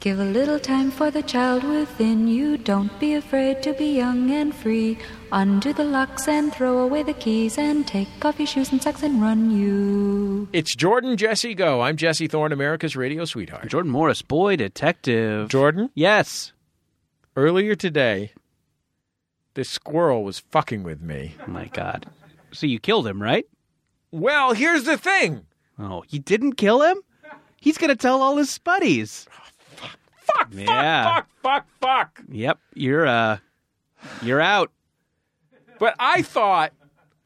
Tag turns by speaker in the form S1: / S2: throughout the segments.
S1: Give a little time for the child within you. Don't be afraid to be young and free. Undo the locks and throw away the keys and take off your shoes and socks and run you.
S2: It's Jordan Jesse Go. I'm Jesse Thorne, America's radio sweetheart.
S3: Jordan Morris, boy detective.
S2: Jordan,
S3: Yes.
S2: earlier today, this squirrel was fucking with me.
S3: Oh my God. So you killed him, right?
S2: Well, here's the thing.
S3: Oh, you didn't kill him? He's going to tell all his buddies.
S2: Fuck,
S3: Yeah.
S2: fuck, fuck, fuck, fuck.
S3: Yep, you're uh you're out.
S2: But I thought,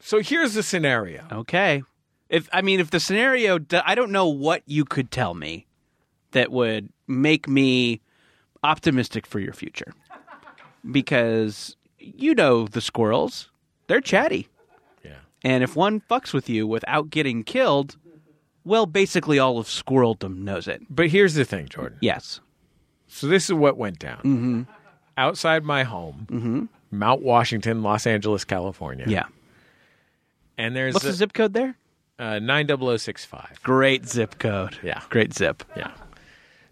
S2: so here's the scenario.
S3: Okay. If I mean if the scenario d- I don't know what you could tell me that would make me optimistic for your future. Because you know the squirrels, they're chatty.
S2: Yeah.
S3: And if one fucks with you without getting killed, well basically all of squirreldom knows it.
S2: But here's the thing, Jordan.
S3: Yes.
S2: So this is what went down. Mm-hmm. Outside my home, Mount Washington, Los Angeles, California.
S3: Mm-hmm. Yeah.
S2: And there's
S3: What's the zip code there?
S2: uh, 90065.
S3: Great zip code.
S2: Yeah.
S3: Great zip.
S2: Yeah.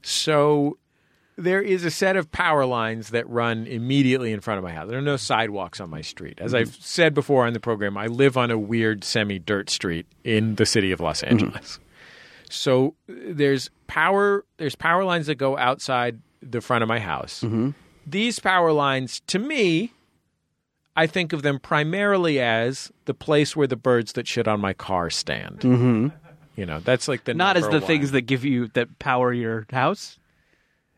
S2: So there is a set of power lines that run immediately in front of my house. There are no sidewalks on my street. As I've said before on the program, I live on a weird semi dirt street in the city of Los Angeles. So there's power there's power lines that go outside the front of my house. These power lines to me I think of them primarily as the place where the birds that shit on my car stand. Mm-hmm. You know, that's like the
S3: Not as
S2: number
S3: the
S2: one.
S3: things that give you that power your house.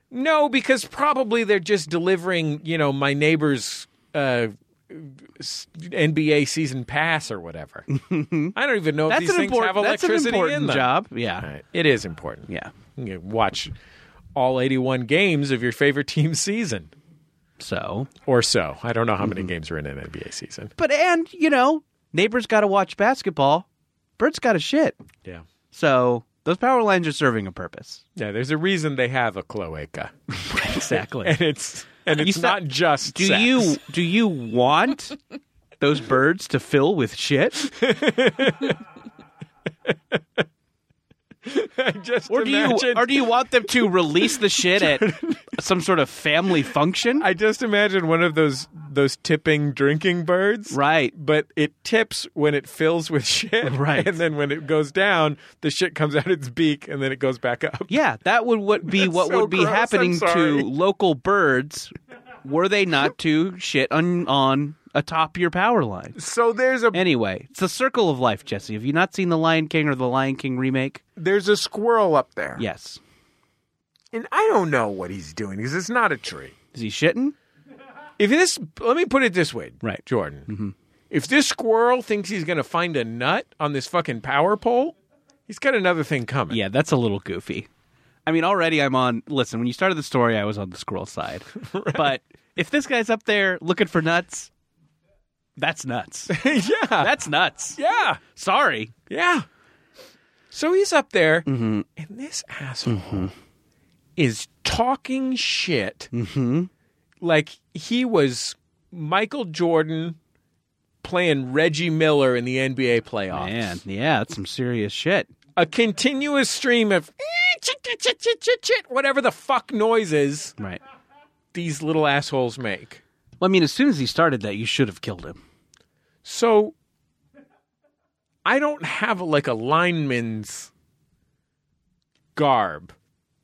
S2: No, because probably they're just delivering, you know, my neighbor's uh, s- NBA season pass or whatever. I don't even know if
S3: Mm-hmm. That's
S2: these
S3: an
S2: things have
S3: important. That's an
S2: electricity in
S3: important
S2: them.
S3: job. Yeah.
S2: All right. It is important.
S3: Yeah.
S2: You watch all 81 games of your favorite team's season
S3: So,
S2: or so. I don't know how
S3: Mm-hmm.
S2: many games are in an NBA season.
S3: but and you know, neighbors got to watch basketball. Birds got to shit.
S2: Yeah.
S3: So those power lines are serving a purpose.
S2: Yeah, there's a reason they have a cloaca.
S3: Exactly.
S2: And it's and it's
S3: said-
S2: not just
S3: do
S2: sex.
S3: you do you want those birds to fill with shit,
S2: I just
S3: or do you
S2: imagine-
S3: or do you want them to release the shit at some sort of family function?
S2: I just imagine one of those those tipping drinking birds.
S3: right.
S2: But it tips when it fills with shit.
S3: Right.
S2: And then when it goes down, the shit comes out its beak and then it goes back up.
S3: Yeah, that would what be what
S2: so
S3: would be
S2: gross, I'm
S3: happening
S2: sorry.
S3: to local birds were they not to shit on on atop your power line.
S2: So there's a
S3: Anyway, it's the circle of life, Jesse. Have you not seen The Lion King or The Lion King remake?
S2: there's a squirrel up there.
S3: Yes.
S2: And I don't know what he's doing because it's not a tree.
S3: Is he shitting?
S2: If this let me put it this way,
S3: Right. Mm-hmm.
S2: Jordan. If this squirrel thinks he's gonna find a nut on this fucking power pole, he's got another thing coming.
S3: Yeah, that's a little goofy. I mean, already I'm on. Listen, when you started the story, I was on the squirrel side. But if this guy's up there looking for nuts, that's nuts.
S2: yeah.
S3: That's nuts.
S2: Yeah.
S3: Sorry.
S2: Yeah. So he's up there, and this asshole is talking shit like he was Michael Jordan playing Reggie Miller in the NBA playoffs.
S3: Man, yeah, that's some serious shit.
S2: A continuous stream of eh, chit, chit, chit, chit, chit, chit, whatever the fuck noises
S3: Right.
S2: these little assholes make.
S3: Well, I mean, as soon as he started that, you should have killed him.
S2: So I don't have like a lineman's garb.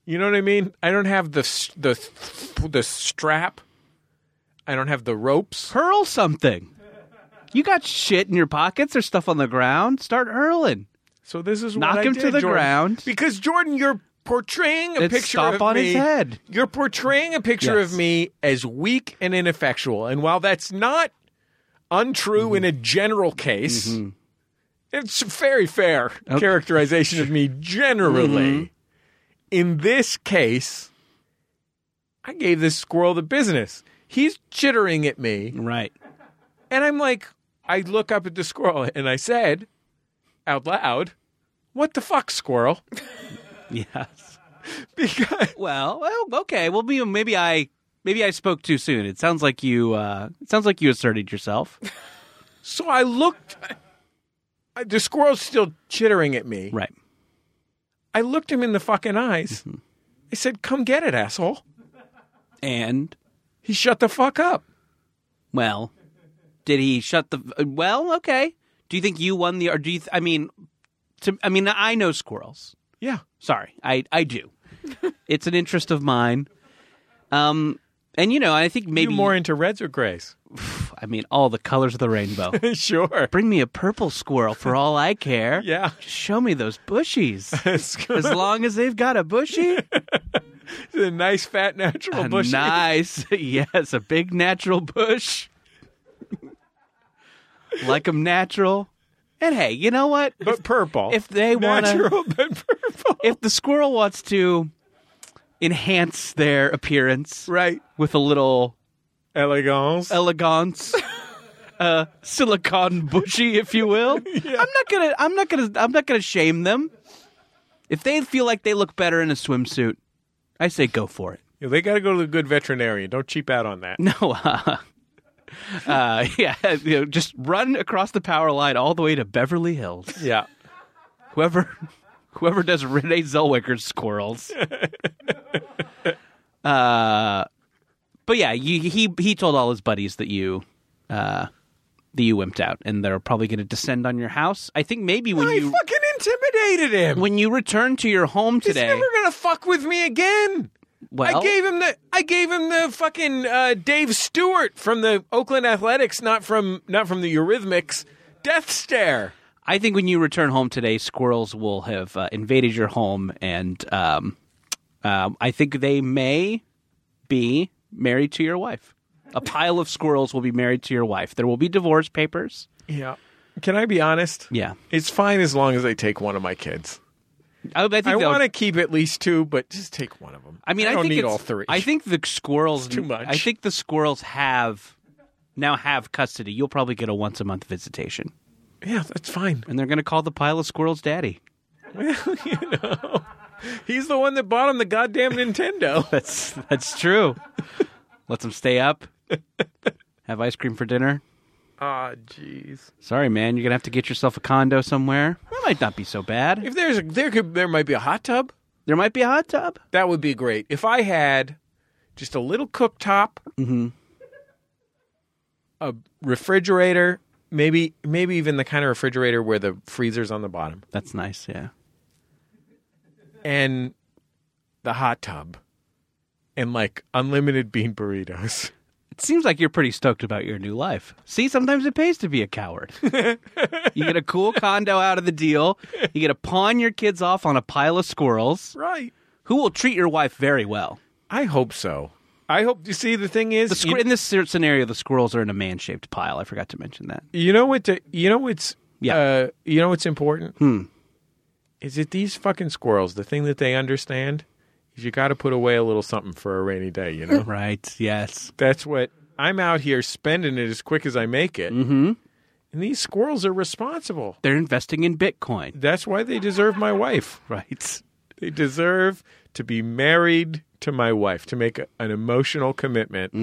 S2: You know what I mean? I don't have the s- the s- the strap. I don't have the ropes.
S3: Hurl something. You got shit in your pockets. There's stuff on the ground. Start hurling.
S2: So this is
S3: Knock
S2: what I
S3: him
S2: did,
S3: to the
S2: Jordan.
S3: ground.
S2: Because Jordan, you're portraying a
S3: Then
S2: picture
S3: stomp
S2: of
S3: on
S2: me.
S3: his head.
S2: You're portraying a picture
S3: Yes.
S2: of me as weak and ineffectual. And while that's not untrue
S3: Mm-hmm.
S2: in a general case, it's a very fair characterization of me generally.
S3: Mm-hmm.
S2: In this case, I gave this squirrel the business. He's chittering at me.
S3: Right.
S2: And I'm like, I look up at the squirrel and I said out loud, What the fuck, squirrel?
S3: Yes.
S2: Because
S3: Well, well, okay. Well, maybe, maybe I maybe I spoke too soon. It sounds like you uh, it sounds like you asserted yourself.
S2: So I looked. I- The squirrel's still chittering at me.
S3: Right. Mm-hmm.
S2: I looked him in the fucking eyes. I I said, "Come get it, asshole."
S3: And
S2: He shut the fuck up.
S3: well, did he shut the? Well, okay. Do you think you won the? Or do you? I mean, to, I mean, I know squirrels.
S2: Yeah.
S3: Sorry, I I do. it's an interest of mine. Um, and you know, I think
S2: Maybe
S3: maybe
S2: you more into reds or grays.
S3: I mean, all the colors of the rainbow.
S2: sure.
S3: Bring me a purple squirrel for all I care.
S2: Yeah.
S3: Just show me those bushies.
S2: It's
S3: As long as they've got a bushy,
S2: a nice fat natural
S3: a
S2: bush.
S3: nice, yes, a big natural bush. like them natural. And hey, you know what?
S2: but purple.
S3: if they wanna-
S2: natural but purple.
S3: if the squirrel wants to enhance their appearance
S2: right.
S3: with a little
S2: Elegance.
S3: elegance uh silicon bushy if you will i'm not gonna i'm not gonna i'm not gonna shame them if they feel like they look better in a swimsuit i say go for it
S2: Yeah, they got to go to the good veterinarian. Don't cheap out on that.
S3: no uh, uh yeah you know, just run across the power line all the way to beverly hills
S2: Yeah.
S3: whoever whoever does Renee Zellweger's squirrels. uh, but yeah, you, he he told all his buddies that you uh, that you wimped out, and they're probably going to descend on your house. I think maybe when
S2: I
S3: you
S2: fucking intimidated him.
S3: when you return to your home
S2: He's
S3: today,
S2: never gonna fuck with me again.
S3: well,
S2: I gave him the I gave him the fucking uh, Dave Stewart from the Oakland Athletics, not from not from the Eurythmics. Death stare.
S3: I think when you return home today, squirrels will have uh, invaded your home, and um, um, I think they may be married to your wife. A pile of squirrels will be married to your wife. There will be divorce papers.
S2: Yeah. Can I be honest?
S3: Yeah,
S2: It's fine as long as they take one of my kids.
S3: I, I think.
S2: I
S3: they'll-
S2: want to keep at least two, but just take one of them.
S3: I mean, I,
S2: don't
S3: think
S2: need
S3: it's-
S2: all three.
S3: I think the squirrels.
S2: too much.
S3: I think the squirrels have now have custody. You'll probably get a once a month visitation,
S2: yeah, that's fine.
S3: and they're going to call the pile of squirrels daddy.
S2: He's the one that bought him the goddamn Nintendo.
S3: That's that's true. Let them stay up. Have ice cream for dinner.
S2: Ah, jeez.
S3: Sorry, man. You're gonna have to get yourself a condo somewhere. That might not be so bad.
S2: If there's a, there could there might be a hot tub.
S3: There might be a hot tub.
S2: That would be great. If I had just a little cooktop, a refrigerator, maybe maybe even the kind of refrigerator where the freezer's on the bottom,
S3: That's nice. Yeah.
S2: and the hot tub, and like unlimited bean burritos.
S3: It seems like you're pretty stoked about your new life. See, sometimes it pays to be a coward. you get a cool condo out of the deal. You get to pawn your kids off on a pile of squirrels,
S2: Right.
S3: who will treat your wife very well.
S2: I hope so. I hope you see the thing is
S3: The squ-
S2: you-
S3: in this cer- scenario, the squirrels are in a man-shaped pile. I forgot to mention that.
S2: You know what? To, you know what's.
S3: Yeah.
S2: Uh, you know what's important. Hmm. Is it these fucking squirrels? The thing that they understand is you got to put away a little something for a rainy day. You know.
S3: Right. Yes.
S2: That's what I'm out here spending it as quick as I make it. Mm-hmm. And these squirrels are responsible.
S3: They're investing in Bitcoin.
S2: That's why they deserve my wife.
S3: Right.
S2: They deserve to be married to my wife, to make a, an emotional commitment,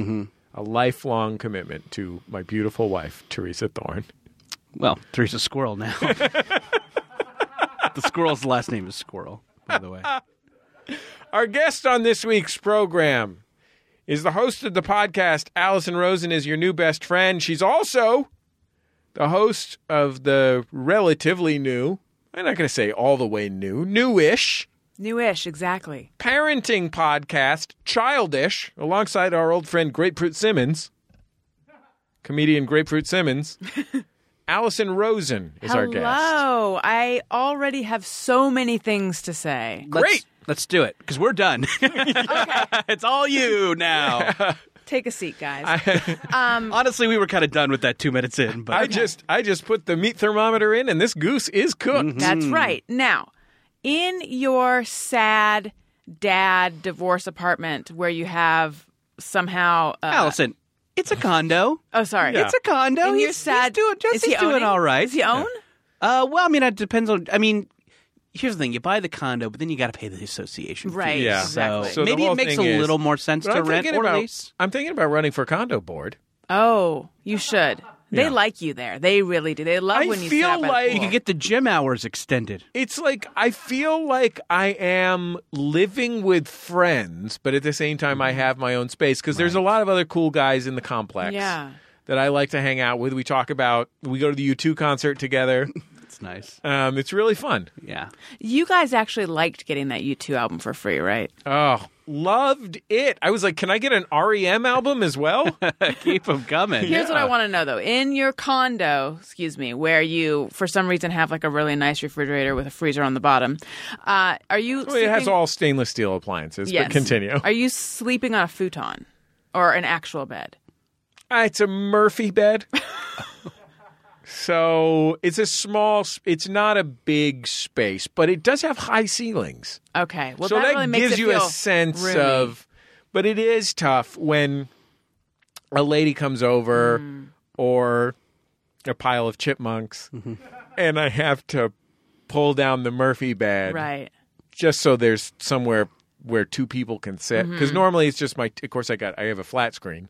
S2: a lifelong commitment to my beautiful wife, Teresa Thorne.
S3: Well, Teresa's squirrel now. the squirrel's last name is Squirrel, by the way.
S2: Our guest on this week's program is the host of the podcast, Allison Rosen is your new best friend. She's also the host of the relatively new, I'm not going to say all the way new, newish
S4: Newish, exactly.
S2: parenting podcast, Childish, alongside our old friend Grapefruit Simmons, comedian Grapefruit Simmons. Allison Rosen is our guest.
S4: Hello. I already have so many things to say.
S3: Let's-
S2: Great.
S3: Let's do it because we're done. it's all you now.
S4: Take a seat, guys.
S3: Honestly, we were kind of done with that two minutes in, but
S2: I just I just put the meat thermometer in and this goose is cooked.
S4: That's
S3: Hmm.
S4: right. Now, in your sad dad divorce apartment where you have somehow uh,
S3: Allison, it's a condo.
S4: Oh, sorry.
S2: Yeah.
S3: It's a condo.
S4: In
S3: he's,
S4: your sad
S3: he's doing, just,
S4: is
S3: he's
S4: he
S3: doing
S4: owning?
S3: all right.
S4: Does he own?
S3: Uh, well, I mean, it depends on. I mean, here's the thing: you buy the condo, but then you got to pay the association, fee.
S4: Right.
S2: Yeah.
S4: Exactly.
S2: So- the
S3: maybe
S2: whole
S3: it makes a
S2: thing is-
S3: little more sense
S2: But
S3: to
S2: I'm
S3: rent
S2: thinking
S3: or
S2: about-
S3: lease.
S2: I'm thinking about running for condo board.
S4: oh, you should. They
S2: Yeah.
S4: like you there. They really do. They love
S2: I
S4: when you sit
S2: feel
S4: out by the
S2: like-
S4: pool.
S3: You could get the gym hours extended.
S2: It's like I feel like I am living with friends, but at the same time I have my own space because there's a lot of other cool guys in the complex
S4: Yeah.
S2: that I like to hang out with. We talk about we go to the U2 concert together.
S3: It's nice.
S2: um, it's really fun.
S3: Yeah.
S4: You guys actually liked getting that U2 album for free, right?
S2: Oh, loved it. I was like, can I get an REM album as well?
S3: Keep them coming.
S4: Here's what I want to know though. In your condo, excuse me, where you for some reason have like a really nice refrigerator with a freezer on the bottom, uh, are you
S2: it has
S4: sleeping-
S2: all stainless steel appliances,
S4: Yes.
S2: but continue.
S4: Are you sleeping on a futon or an actual bed?
S2: Uh, it's a Murphy bed. so it's a small, sp- it's not a big space, but it does have high ceilings.
S4: Okay. Well,
S2: so
S4: that,
S2: that,
S4: really makes
S2: gives
S4: it
S2: you a
S4: feel
S2: sense
S4: roomy.
S2: of, but it is tough when a lady comes over
S4: Hmm.
S2: or a pile of chipmunks
S4: Mm-hmm.
S2: and I have to pull down the Murphy bed
S4: right.
S2: just so there's somewhere where two people can sit. Because
S4: Mm-hmm.
S2: normally it's just my, of course, I got, I have a flat screen.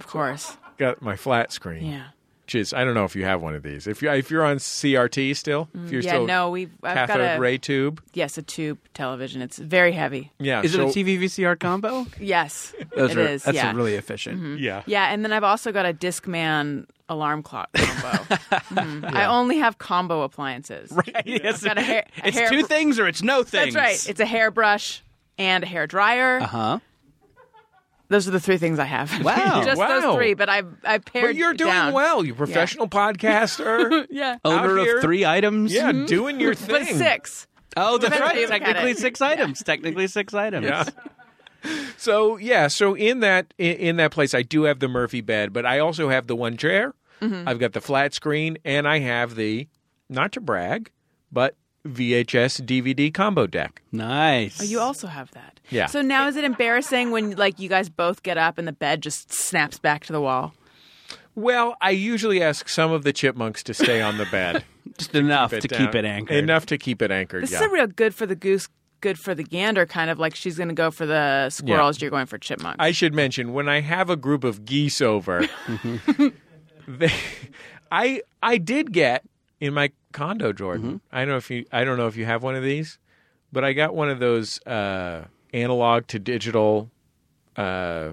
S4: Of course.
S2: Got my flat screen.
S4: Yeah.
S2: Which is, I don't know if you have one of these. If you if you're on CRT still, if you're
S4: Mm, yeah.
S2: still
S4: No, we. I've got
S2: cathode
S4: a
S2: ray tube.
S4: yes, a tube television. It's very heavy.
S2: Yeah.
S3: Is
S2: so,
S3: it a TV VCR combo?
S4: Yes, it
S3: Those
S4: is.
S3: are, That's
S4: yeah. Mm-hmm.
S3: really efficient.
S2: Yeah.
S4: Yeah, and then I've also got a Discman alarm clock combo. Mhm. I only have combo appliances.
S3: Right. It's,
S4: got a hair- a
S3: it's
S4: hair-
S3: two things or it's no
S4: That's
S3: things.
S4: right. It's a hairbrush and a hair dryer.
S2: Ah.
S3: Uh huh.
S4: Those are the three things I have.
S3: Wow.
S4: Just
S2: Wow.
S4: those three, but I've I paired
S2: But you're doing
S4: down.
S2: well. Oh, You're a professional podcaster.
S4: Yeah.
S2: Out
S3: Owner
S2: here-
S3: of three items.
S2: yeah, doing your
S4: Mm-hmm. but
S2: thing.
S4: six.
S3: Oh, that's
S4: Better
S3: right.
S4: look at
S3: Technically
S4: it.
S3: six items. Technically six items.
S2: Yeah. So yeah, so in that in, in that place, I do have the Murphy bed, but I also have the one chair.
S4: Mm-hmm.
S2: I've got the flat screen, and I have the not to brag, but VHS DVD combo deck.
S3: Nice.
S4: Oh, you also have that.
S2: Yeah.
S4: So now is it embarrassing when like you guys both get up and the bed just snaps back to the wall?
S2: Well, I usually ask some of the chipmunks to stay on the bed
S3: just enough to
S2: Bit
S3: keep
S2: down.
S3: it anchored.
S2: Enough to keep it anchored.
S4: This
S2: yeah.
S4: is a real good for the goose, good for the gander kind of like she's going to go for the squirrels, you're going for chipmunks.
S2: I should mention when I have a group of geese over, they, I I did get in my condo, Jordan.
S3: Mm-hmm.
S2: I don't know if you I don't know if you have one of these, but I got one of those uh, analog to digital uh,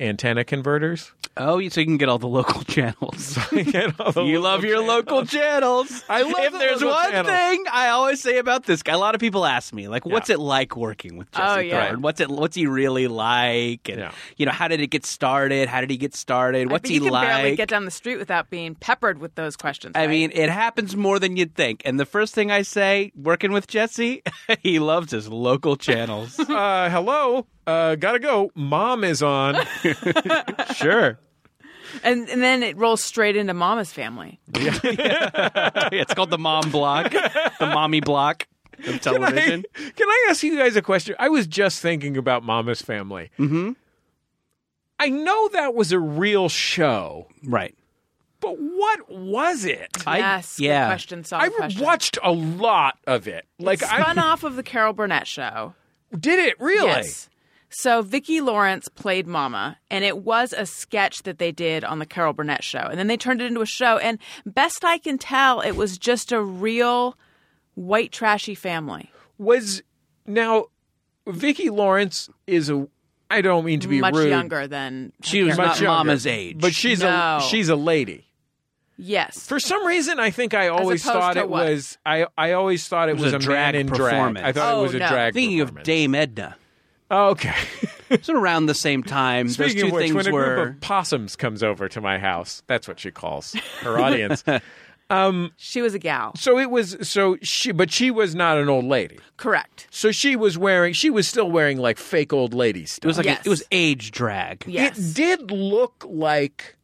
S2: antenna converters.
S3: Oh, you- so you can get all the local channels.
S2: Get all the
S3: you love
S2: local
S3: your
S2: channels.
S3: local channels.
S2: I love
S3: If
S2: the
S3: there's
S2: local
S3: one
S2: channels.
S3: thing I always say about this guy, a lot of people ask me, like, what's it like working with Jesse
S4: Oh, yeah.
S3: Thorne? What's it? What's he really like? And
S2: Yeah.
S3: you know, how did it get started? How did he get started?
S4: I
S3: What's
S4: bet
S3: he
S4: you can barely
S3: like?
S4: get down the street without being peppered with those questions.
S3: I
S4: right?
S3: mean, it happens more than you'd think. And the first thing I say, working with Jesse, he loves his local channels.
S2: Uh, hello, uh, gotta go. Mom is on.
S3: sure,
S4: and and then it rolls straight into Mama's family.
S3: it's called the mom block, the mommy block of
S2: Can I,
S3: television.
S2: can I ask you guys a question? I was just thinking about Mama's Family. Mm-hmm. I know that was a real show,
S3: Right.
S2: but what was it? I,
S3: I-
S4: yes, good
S3: yeah.
S4: question solved. question.
S2: watched a lot of it. Like
S4: spun
S2: I
S4: off of the Carol Burnett show.
S2: did it really.
S4: Yes. So Vicki Lawrence played Mama, and it was a sketch that they did on the Carol Burnett show, and then they turned it into a show. And best I can tell, it was just a real white trashy family.
S2: Was now Vicki Lawrence is a. I don't mean to be
S4: much
S2: rude,
S4: younger than
S3: She was
S2: Much
S3: not
S2: younger.
S3: mama's age.
S2: but she's
S4: No.
S2: a she's a lady.
S4: yes.
S2: For some reason, I think I always
S4: opposed
S2: thought
S4: to
S2: it
S4: what?
S2: was I. I always thought it,
S3: was
S2: was,
S3: a
S2: a
S3: drag
S2: man in drag.
S3: performance.
S2: I thought it
S4: Oh,
S2: was a
S4: no.
S2: drag.
S3: Thinking of
S2: performance.
S3: Dame Edna.
S2: Oh, Okay.
S3: It's around the same time.
S2: Speaking
S3: Those two
S2: of which,
S3: things
S2: when a
S3: were
S2: group of possums comes over to my house, that's what she calls her audience.
S4: she was a gal.
S2: so it was so she, but she was not an old lady.
S4: Correct.
S2: So she was wearing, she was still wearing like fake old lady
S3: it
S2: stuff.
S3: was like
S4: Yes.
S3: a, it was age drag.
S4: Yes.
S2: It did look like,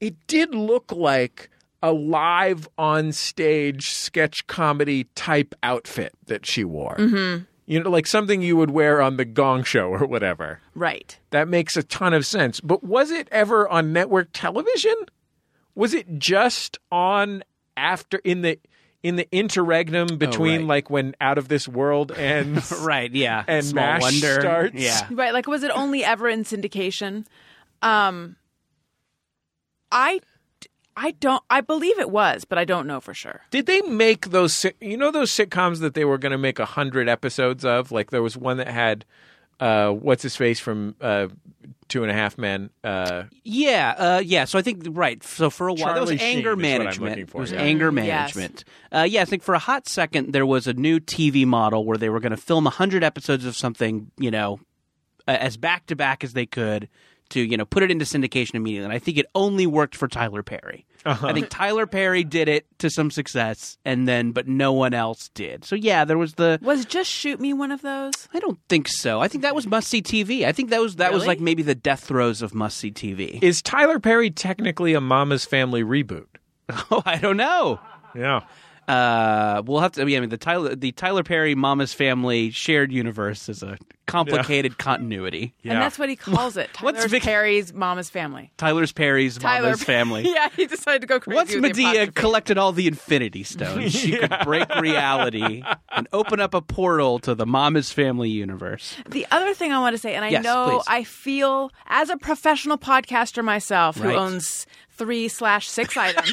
S2: it did look like a live on stage sketch comedy type outfit that she wore. Mm-hmm. You know, like something you would wear on the Gong Show or whatever.
S4: Right.
S2: That makes a ton of sense. But was it ever on network television? Was it just on after in the in the interregnum between
S3: Oh, right.
S2: like when Out of This World ends?
S3: Right, yeah.
S2: And
S3: Small
S2: MASH
S3: wonder.
S2: starts.
S3: Yeah.
S4: Right. Like, was it only ever in syndication? Um, I, I don't. I believe it was, but I don't know for sure.
S2: Did they make those? sit- You know those sitcoms that they were going to make a hundred episodes of. Like there was one that had, uh, what's his face from uh, Two and a Half Men. Uh,
S3: Yeah, uh, yeah. So I think right. So for a while, that was
S2: Charlie Sheen
S3: anger
S2: is what I'm
S3: management.
S2: looking for,
S3: it was
S2: yeah.
S3: anger
S4: Mm, yes.
S3: management. Uh, yeah, I think for a hot second there was a new TV model where they were going to film hundred episodes of something, you know, uh, as back to back as they could to you know put it into syndication immediately. And I think it only worked for Tyler Perry.
S2: Uh-huh.
S3: I think Tyler Perry did it to some success, and then but no one else did. So yeah, there was the.
S4: Was just shoot me one of those?
S3: I don't think so. I think that was must see TV. I think that was that was
S4: Really?
S3: like maybe the death throes of must see TV.
S2: is Tyler Perry technically a Mama's Family reboot?
S3: oh, I don't know.
S2: Yeah.
S3: uh, we'll have to. I mean, the Tyler, the Tyler Perry Mama's Family shared universe is a complicated continuity.
S2: Yeah.
S4: And that's what he calls it. Tyler
S3: What's
S4: What's
S3: Vic-
S4: Perry's mama's family?
S3: Tyler's Perry's
S4: Tyler
S3: Mama's Family.
S4: yeah, he decided to go crazy.
S3: Once
S4: with the
S3: Medea
S4: apostrophe.
S3: collected all the Infinity Stones, she could break reality and open up a portal to the Mama's Family universe.
S4: The other thing I want to say, and I
S3: Yes,
S4: know
S3: please.
S4: I feel as a professional podcaster myself
S3: Right.
S4: who owns three slash six items,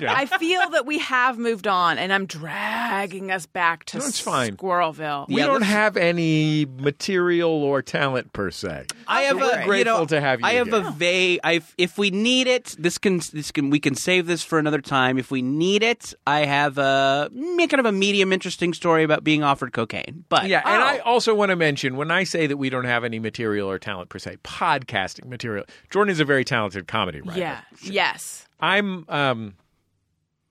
S4: I feel that we have moved on, and I'm dragging us back to
S2: No, it's fine.
S4: Squirrelville.
S2: We
S3: Yeah,
S2: don't
S3: let's-
S2: have any material or talent per se.
S3: I have
S2: We're
S3: a
S2: grateful
S3: you know,
S2: to have you
S3: I have
S2: again.
S3: a vague. I if we need it, this can this can we can save this for another time. If we need it, I have a mm, kind of a medium interesting story about being offered cocaine. But
S2: Yeah, and
S4: Oh.
S2: I also want to mention when I say that we don't have any material or talent per se, podcasting material. Jordan is a very talented comedy writer.
S4: Yeah. Yes.
S2: I'm. Um,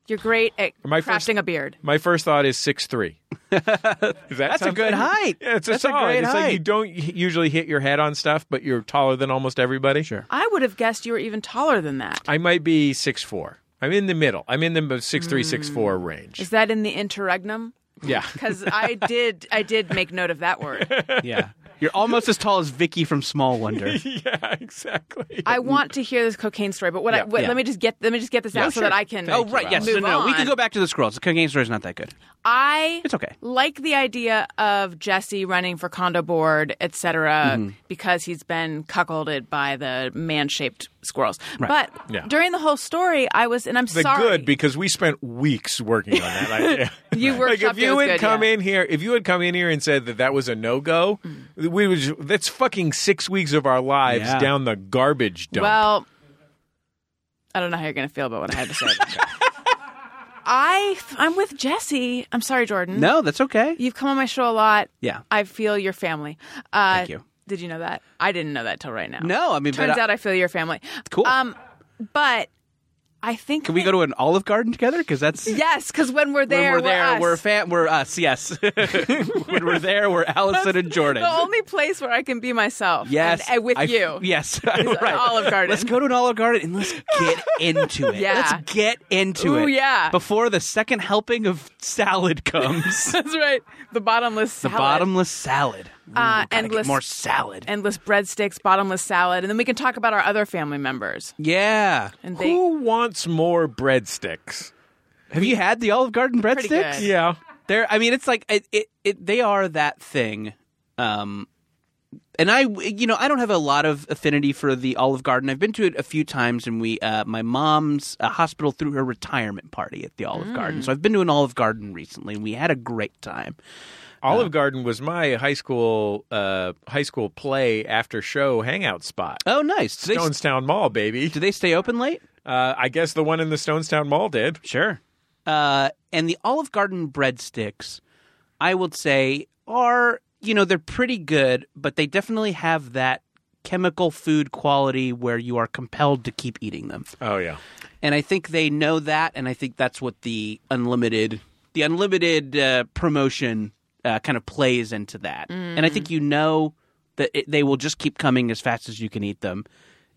S4: You're great at
S2: My
S4: crafting
S2: first-
S4: a beard.
S2: my first thought is six three. Is that
S3: That's a
S2: something?
S3: good height.
S2: Yeah, it's a
S3: That's a
S2: solid.
S3: great
S2: it's like you
S3: height.
S2: don't h- usually hit your head on stuff, but you're taller than almost everybody. Sure.
S4: I would have guessed you were even taller than that.
S2: I might be six four. I'm in the middle. I'm in the six three six four
S3: Mm.
S2: range.
S4: Is that in the interregnum?
S2: Yeah.
S4: Because I did, I did make note of that word.
S3: Yeah. You're almost as tall as Vicky from Small Wonder.
S2: yeah, exactly.
S4: I want to hear this cocaine story, but what? I,
S2: Yeah.
S4: what
S3: Yeah.
S4: Let me just get, let me just get this out so that I can.
S3: oh, right. Yes.
S4: Move
S3: no, no. We
S4: on.
S3: can go back to the scrolls. The cocaine story's not that good.
S4: I
S3: It's okay.
S4: like the idea of Jesse running for condo board, et cetera,
S3: Mm-hmm.
S4: because he's been cuckolded by the man-shaped squirrels. But
S2: Yeah.
S4: during the whole story, I was, and I'm
S2: the
S4: sorry,
S2: good because we spent weeks working on that idea.
S4: You worked
S2: like
S4: up
S2: if
S4: to
S2: you
S4: it was
S2: had
S4: good,
S2: come
S4: yeah.
S2: in here, if you had come in here and said that that was a no go,
S4: Mm.
S2: we would. ju- That's fucking six weeks of our lives
S3: Yeah.
S2: down the garbage dump.
S4: Well, I don't know how you're going to feel about what I had to say. about that. I I'm with Jesse. I'm sorry, Jordan.
S3: No, that's okay.
S4: You've come on my show a lot.
S3: Yeah.
S4: I feel your family. Uh,
S3: Thank you.
S4: Did you know that? I didn't know that till right now.
S3: No, I mean,
S4: Turns
S3: but uh, I-
S4: out I feel your family.
S3: Cool.
S4: Um, but I think
S3: Can we go to an Olive Garden together? Because that's
S4: Yes, because when we're
S3: when
S4: there,
S3: we're there.
S4: us.
S3: We're fan. We're us. Yes. when we're there, we're Allison and Jordan.
S4: the only place where I can be myself.
S3: Yes,
S4: and, and with
S3: I-
S4: you.
S3: Yes, right.
S4: Olive Garden.
S3: Let's go to an Olive Garden and let's get into it.
S4: Yeah.
S3: Let's get into
S4: Ooh,
S3: it.
S4: yeah.
S3: Before the second helping of salad comes,
S4: That's right. The bottomless
S3: the
S4: salad. Uh,
S3: bottomless salad. Ooh, gotta get
S4: endless-
S3: more salad.
S4: endless breadsticks, bottomless salad, and then we can talk about our other family members.
S3: yeah.
S4: And they
S2: who wants more breadsticks?
S3: Have you had the Olive Garden breadsticks?
S4: Pretty good.
S2: Yeah,
S3: They're. I mean, it's like it, it, it. They are that thing. Um, and I, you know, I don't have a lot of affinity for the Olive Garden. I've been to it a few times, and we, uh, my mom's uh, hospital threw her retirement party at the Olive Garden,
S4: Mm.
S3: so I've been to an Olive Garden recently, and we had a great time.
S2: Olive Garden was my high school uh, high school play after show hangout spot.
S3: Oh, nice. Do they,
S2: Stonestown Mall, baby.
S3: do they stay open late?
S2: Uh, I guess the one in the Stonestown Mall did.
S3: Sure. Uh, and the Olive Garden breadsticks, I would say, are you know they're pretty good, but they definitely have that chemical food quality where you are compelled to keep eating them.
S2: Oh yeah.
S3: And I think they know that, and I think that's what the unlimited, the unlimited uh, promotion uh, kind of plays into that. And I think you know that it, they will just keep coming as fast as you can eat them.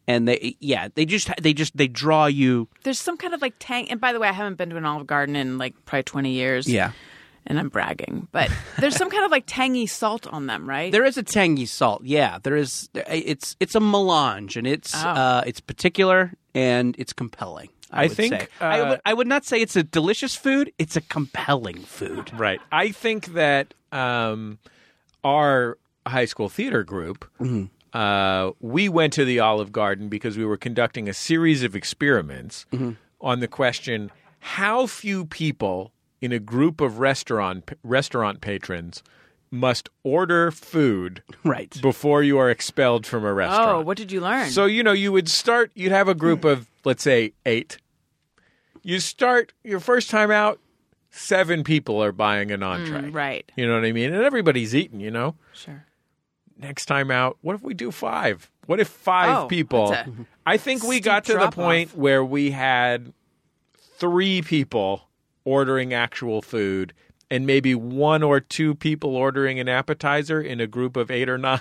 S3: And they, yeah, they just, they just, they draw you.
S4: there's some kind of like tank. And by the way, I haven't been to an Olive Garden in like probably 20 years. and I'm bragging, but there's some kind of like tangy salt on them, right?
S3: There is a tangy salt. Yeah, there is. there- It's it's a melange, and it's
S4: Ah.
S3: uh, it's particular and it's compelling. I,
S2: I
S3: would
S2: think,
S3: say. I
S2: uh,
S3: would- I would not say it's a delicious food. It's a compelling food.
S2: Right. I think that um, our high school theater group, uh, we went to the Olive Garden because we were conducting a series of experiments on the question how few people in a group of restaurant restaurant patrons must order food
S3: Right.
S2: before you are expelled from a restaurant.
S4: Oh, what did you learn?
S2: So you know, you would start. You'd have a group of, let's say, eight. You start your first time out. Seven people are buying an entree.
S4: Mm, right.
S2: You know what I mean? And everybody's eating. You know.
S4: Sure.
S2: Next time out, what if we do five? What if five
S4: Oh,
S2: people?
S4: that's a
S2: I think we
S4: steep
S2: got to the
S4: drop-off.
S2: point where we had three people ordering actual food. And maybe one or two people ordering an appetizer in a group of eight or 9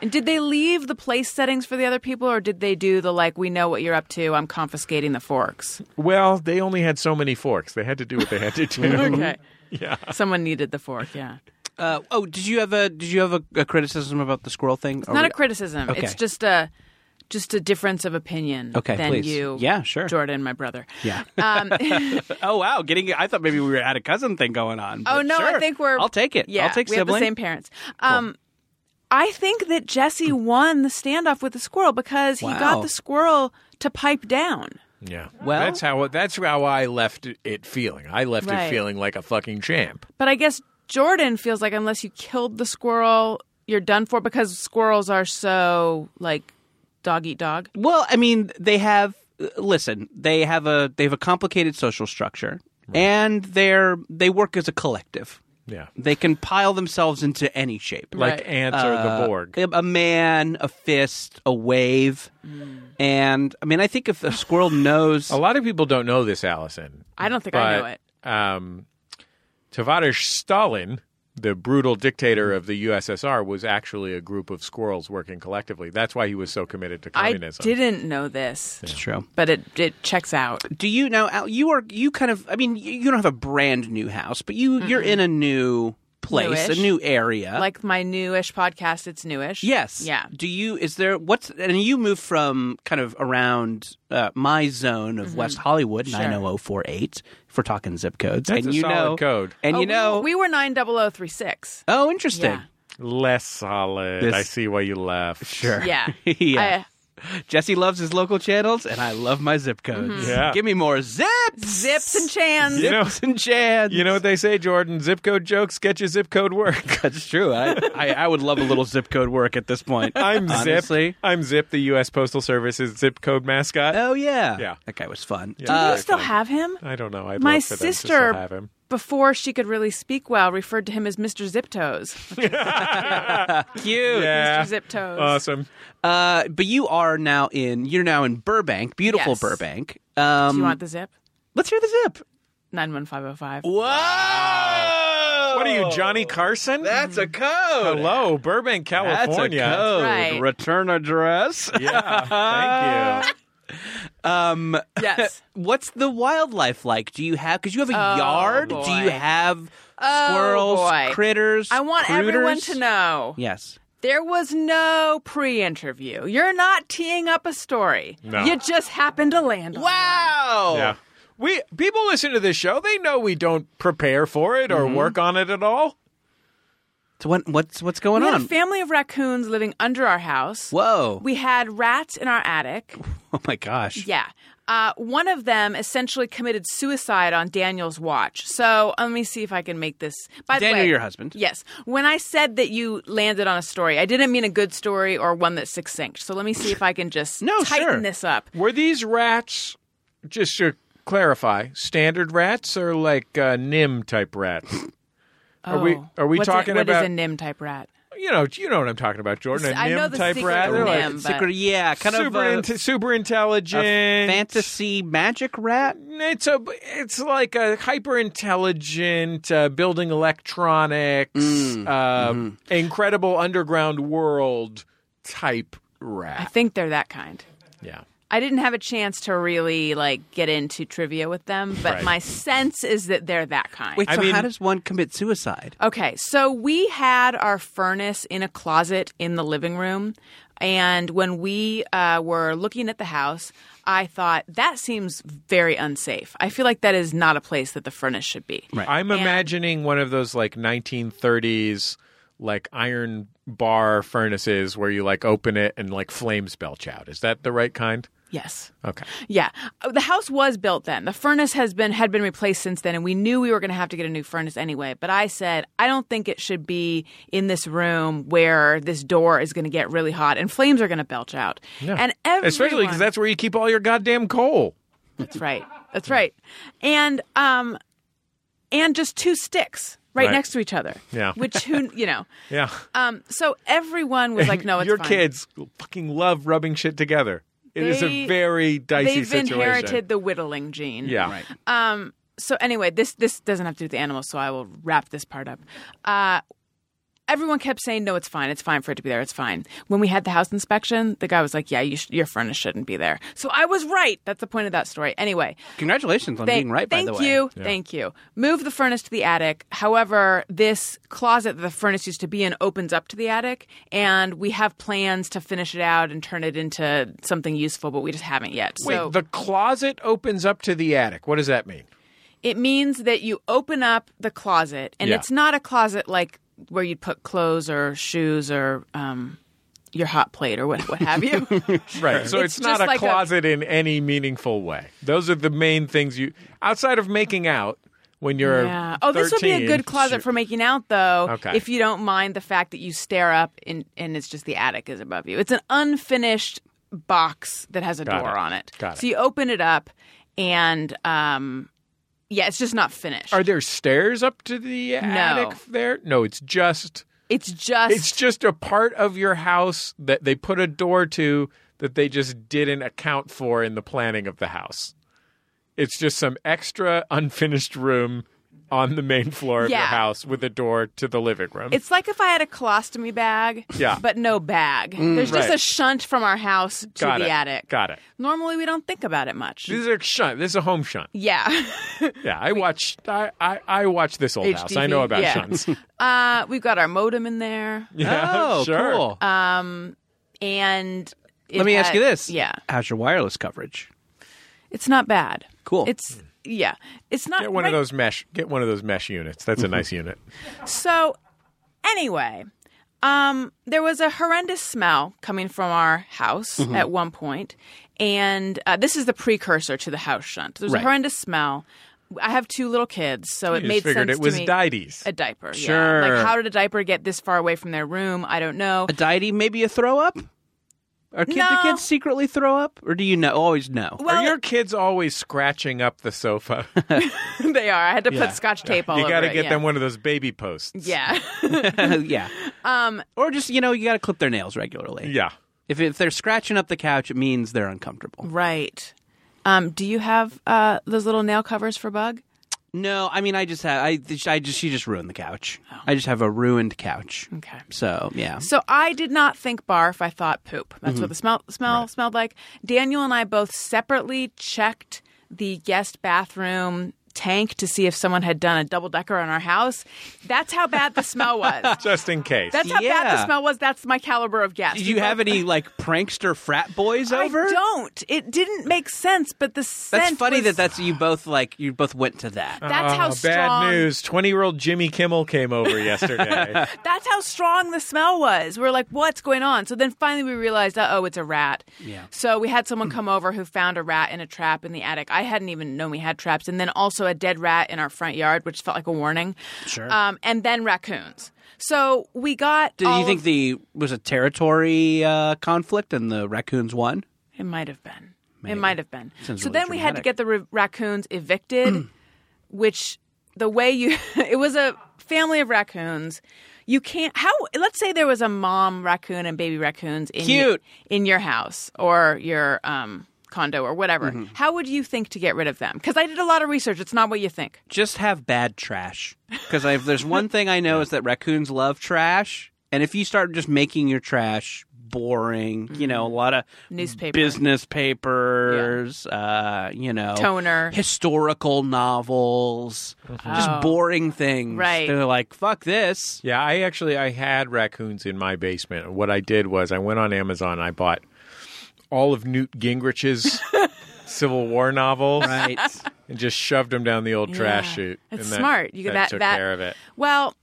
S4: And did they leave the place settings for the other people, or did they do the like, we know what you're up to, I'm confiscating the forks?
S2: Well, they only had so many forks. They had to do what they had to do.
S4: Okay. yeah. Someone needed the fork, yeah.
S3: Uh, oh, did you have a did you have a, a criticism about the squirrel thing?
S4: It's not a criticism.
S3: Okay.
S4: It's just a just a difference of opinion
S3: Okay,
S4: than
S3: please.
S4: you
S3: Yeah, sure.
S4: Jordan, my brother.
S3: Yeah.
S4: Um,
S3: oh wow, getting. I thought maybe we were had a cousin thing going on.
S4: oh
S3: but
S4: no, I
S3: sure.
S4: think we're
S3: I'll take it.
S4: Yeah,
S3: I'll take
S4: we
S3: sibling.
S4: have the same parents. Um I think that Jesse won the standoff with the squirrel because he
S3: Wow.
S4: got the squirrel to pipe down.
S2: Yeah.
S3: Well-
S2: that's how that's how I left it feeling. I left it
S4: Right.
S2: feeling like a fucking champ.
S4: But I guess Jordan feels like unless you killed the squirrel, you're done for because squirrels are so like dog eat dog.
S3: Well, I mean, they have uh, listen, they have a they have a complicated social structure and they're they work as a collective.
S2: Yeah.
S3: They can pile themselves into any shape. uh,
S2: Like
S4: Right. Uh,
S2: ants or the Borg.
S3: a a man, a fist, a wave.
S4: Hmm.
S3: And I mean, I think if a squirrel knows
S2: A
S4: Oh,
S2: lot of people don't know this, Allison.
S4: I don't think I know it.
S2: Um, Tavares Stalin, the brutal dictator of the USSR, was actually a group of squirrels working collectively. That's why he was so committed to
S4: I
S2: communism.
S4: didn't know this,
S3: it's true.
S4: but it it checks out.
S3: Do you now Al, you are you kind of I mean, you, you don't have a brand new house, but you you're in a new place,
S4: Newish.
S3: a new area.
S4: Like my newish podcast, it's newish.
S3: Yes.
S4: Yeah.
S3: Do you, is there, what's, and you moved from kind of around uh, my zone
S4: Mm-hmm.
S3: of West Hollywood, 90048, if we're talking zip codes.
S2: That's
S3: and
S2: a
S3: you
S2: solid
S3: know,
S2: code.
S3: And
S4: Oh,
S3: you know,
S4: we, we were nine double o three six.
S3: oh, interesting.
S4: Yeah.
S2: Less solid.
S3: This-
S2: I see why you left.
S3: Sure.
S4: Yeah.
S3: Yeah.
S4: I- uh, Mm-hmm.
S3: Jesse loves his local channels, and I love my zip codes.
S2: Yeah.
S3: Give me more zips,
S4: zips and chans.
S2: You know,
S3: zips and chans.
S2: you know what they say, Jordan? Zip code jokes get your zip code work.
S3: That's true. I, I, I would love a little zip code work at this point.
S2: I'm
S3: honestly.
S2: Zip. I'm Zip, the U.S. Postal Service's zip code mascot.
S3: Oh, yeah.
S2: Yeah.
S3: That guy was fun.
S2: Yeah.
S4: Do
S3: Uh,
S4: you still have him?
S2: I don't know. I'd
S4: My
S2: love for them to still
S4: sister-
S2: have him.
S4: Before she could really speak well, referred to him as Mr. Ziptoes.
S3: cute.
S2: Yeah.
S4: Mr. Ziptoes.
S2: Awesome.
S3: Uh, but you are now in you're now in Burbank, beautiful
S4: Yes.
S3: Burbank. Um,
S4: Do you want the zip?
S3: let's hear the zip.
S4: Nine one five zero five.
S3: Whoa!
S2: What are you, Johnny Carson? Mm.
S3: Oh. That's a code.
S2: Hello, Burbank,
S3: That's a
S2: California.
S3: code.
S4: Right.
S3: Return address.
S2: Yeah. Thank you.
S3: Um,
S4: Yes.
S3: what's the wildlife like? Do you have? Because you have a
S4: Oh,
S3: yard. Do you
S4: boy.
S3: have
S4: Oh,
S3: squirrels,
S4: boy.
S3: critters?
S4: I want everyone
S3: crooters?
S4: to know
S3: Yes.
S4: there was no pre-interview. You're not teeing up a story.
S2: No.
S4: You just happened to land. on Oh.
S3: Wow.
S2: Yeah. We people listen to this show. They know we don't prepare for it
S3: Mm-hmm.
S2: or work on it at all.
S3: So what, what's what's going
S4: We had
S3: on?
S4: a family of raccoons living under our house.
S3: Whoa.
S4: We had rats in our attic.
S3: oh my gosh.
S4: Yeah. Uh, one of them essentially committed suicide on Daniel's watch. So let me see if I can make this. By the
S3: Daniel,
S4: way,
S3: your husband.
S4: Yes. When I said that you landed on a story, I didn't mean a good story or one that's succinct. So let me see if I can just
S3: No,
S4: tighten
S3: sure.
S4: this up.
S2: Were these rats? Just to clarify, standard rats or like uh, Nim type rats? Are we
S4: Oh.
S2: are we
S4: What's a-
S2: talking
S4: what is
S2: about
S4: a nim type rat?
S2: you know you know what I'm talking about Jordan a
S4: I
S2: Nim
S4: know the
S2: type
S4: secret
S2: rat
S4: of
S2: They're like
S4: Nim. but-
S3: Secret- yeah, kind
S2: super
S3: of a,
S2: inte- super
S3: a
S2: intelligent
S3: fantasy magic rat.
S2: It's a it's like a hyper intelligent uh, building electronics,
S3: Mm.
S2: uh,
S3: Mm-hmm.
S2: incredible underground world type
S4: I
S2: rat.
S4: think they're that kind.
S2: Yeah,
S4: I didn't have a chance to really like get into trivia with them, but
S2: Right.
S4: my sense is that they're that kind.
S3: Wait,
S2: I
S3: so
S2: mean-
S3: how does one commit suicide?
S4: Okay, so we had our furnace in a closet in the living room. And when we uh, were looking at the house, I thought that seems very unsafe. I feel like that is not a place that the furnace should be. Right.
S2: I'm imagining one of those like 1930s like iron bar furnaces where you like open it and like flames belch out. Is that the right kind?
S4: Yes.
S2: Okay.
S4: Yeah. Uh, The house was built then. The furnace has been had been replaced since then and we knew we were going to have to get a new furnace anyway, but I said I don't think it should be in this room where this door is going to get really hot and flames are going to belch out. And everyone,
S2: Especially because that's where you keep all your goddamn coal.
S4: That's right. That's right. And um and just two sticks right,
S2: Right.
S4: next to each other.
S2: Yeah.
S4: Which who, you know.
S2: Yeah.
S4: Um so everyone was like no Oh, it's
S2: your
S4: fine.
S2: kids fucking love rubbing shit together. It is
S4: They-
S2: a very dicey
S4: They've
S2: situation.
S4: inherited the whittling gene.
S2: yeah.
S3: Right.
S4: Um, so anyway, this this doesn't have to do with the animals, so I will wrap this part up. Uh, everyone kept saying, "No, it's fine. It's fine for it to be there. It's fine." When we had the house inspection, the guy was like, "Yeah, you sh- your furnace shouldn't be there." So I was right. That's the point of that story. Anyway,
S3: Congratulations on
S4: Thank-
S3: being right.
S4: Thank
S3: by the way,
S4: you. Thank you. Move the furnace to the attic. However, this closet that the furnace used to be in opens up to the attic, and we have plans to finish it out and turn it into something useful, but we just haven't yet.
S2: Wait,
S4: so
S2: the closet opens up to the attic. What does that mean?
S4: It means that you open up the closet, and
S2: Yeah.
S4: it's not a closet like where you'd put clothes or shoes or um, your hot plate or what, what have you.
S2: Right. So
S4: It's
S2: it's, not
S4: just
S2: a
S4: like a-
S2: closet in any meaningful way. Those are the main things you outside of making out when you're
S4: yeah. Oh, this would be a
S2: 13,
S4: good closet
S2: shoot.
S4: for making out, though,
S2: Okay.
S4: if you don't mind the fact that you stare up and, and it's just the attic is above you. It's an unfinished box that has a
S2: Got
S4: door
S2: it.
S4: on it.
S2: Got
S4: So
S2: it.
S4: you open it up, and um, yeah, it's just not finished.
S2: Are there stairs up to the attic there? No, it's just
S4: it's just
S2: it's just a part of your house that they put a door to that they just didn't account for in the planning of the house. It's just some extra unfinished room on the main floor of
S4: Yeah.
S2: your house with a door to the living room.
S4: It's like if I had a colostomy bag,
S2: Yeah. Mm,
S4: but no bag. There's just
S2: right.
S4: a shunt from our house to
S2: Got
S4: the
S2: it.
S4: attic.
S2: Got it.
S4: Normally, we don't think about it much.
S2: These are shunt. This is a home shunt.
S4: yeah.
S2: Yeah, I watch. I, I, I watch this old house. I know
S4: HDV,
S2: about
S4: yeah.
S2: shunts.
S4: uh, we've got our modem in there.
S2: Yeah,
S3: Oh,
S2: sure.
S3: cool.
S4: Uh, And it
S3: Let me ask
S4: had-
S3: you this.
S4: uh, Yeah.
S3: How's your wireless coverage?
S4: It's not bad.
S3: Cool.
S4: It's, yeah. It's not
S2: Get one
S4: right-
S2: of those mesh. Get one of those mesh units. That's a nice unit.
S4: So, anyway, um, there was a horrendous smell coming from our house
S2: Mm-hmm.
S4: at one point, and uh, this is the precursor to the house shunt. There's
S3: Right.
S4: a horrendous smell. I have two little kids, so it
S2: just
S4: made
S2: figured
S4: sense
S2: it was
S4: to me.
S2: Dides.
S4: A diaper, yeah.
S3: Sure.
S4: Like, how did a diaper get this far away from their room? I don't know.
S3: A diety, maybe a throw up? Are kids,
S4: No.
S3: do kids secretly throw up? Or do you know always know?
S2: Are your kids always scratching up the sofa?
S4: they are. I had to
S3: Yeah.
S4: put scotch tape all
S2: you
S4: over
S2: gotta
S4: it,
S2: get
S4: yeah.
S2: them one of those baby posts.
S4: Yeah,
S3: yeah. Um or just you know, you gotta clip their nails regularly.
S2: Yeah.
S3: If if they're scratching up the couch, it means they're uncomfortable.
S4: right. Um, do you have uh, those little nail covers for Bug?
S3: No, I mean I just have I I just she just ruined the couch. I just have a ruined couch.
S4: Oh. Okay.
S3: So yeah.
S4: So I did not think barf. I thought poop. That's
S3: Mm-hmm.
S4: what the smell smell smelled like. Daniel and I both separately checked the guest bathroom tank to see if someone had done a double decker on our house. That's how bad the smell was.
S2: Just in case.
S4: That's how bad
S3: Yeah.
S4: the smell was. That's my caliber of guest.
S3: Did you have any like prankster frat boys
S4: I
S3: over?
S4: don't. It didn't make sense, but the scent.
S3: That's funny
S4: was-
S3: that that's you both like you both went to that.
S4: That's how
S2: Oh,
S4: strong.
S2: Bad news. Twenty-year-old Jimmy Kimmel came over yesterday.
S4: That's how strong the smell was. We were like, what's going on? So then finally we realized, uh oh, it's a rat.
S3: Yeah.
S4: So we had someone come over who found a rat in a trap in the attic. I hadn't even known we had traps. And then also a dead rat in our front yard, which felt like a warning.
S3: Sure.
S4: Um, and then raccoons. So we got.
S3: Do
S4: all
S3: you think
S4: of-
S3: the was a territory uh, conflict and the raccoons won?
S4: It might have been. It might have been.
S3: Sounds
S4: so
S3: really
S4: then we had to
S3: dramatic.
S4: get the ra- raccoons evicted, which the way you it was a family of raccoons. You can't how let's say there was a mom raccoon and baby raccoons in y-
S3: Cute.
S4: in your house or your um condo or whatever.
S3: Mm-hmm.
S4: How would you think to get rid of them? Cuz I did a lot of research. It's not what you think.
S3: Just have bad trash because if there's one thing I know is that raccoons love trash, and if you start just making your trash boring, you know, a lot of
S4: Mm. Newspaper.
S3: business papers, uh, you know,
S4: Toner.
S3: historical novels, just
S4: Oh.
S3: boring things.
S4: Right.
S3: They're like, fuck this.
S2: Yeah, I actually I had raccoons in my basement. What I did was I went on Amazon and I bought all of Newt Gingrich's Civil War novels
S3: Right.
S2: and just shoved them down the old trash
S4: Yeah.
S2: chute.
S4: It's
S2: and that-
S4: smart. You
S2: that,
S4: that
S2: took
S4: that
S2: care of it.
S4: Well,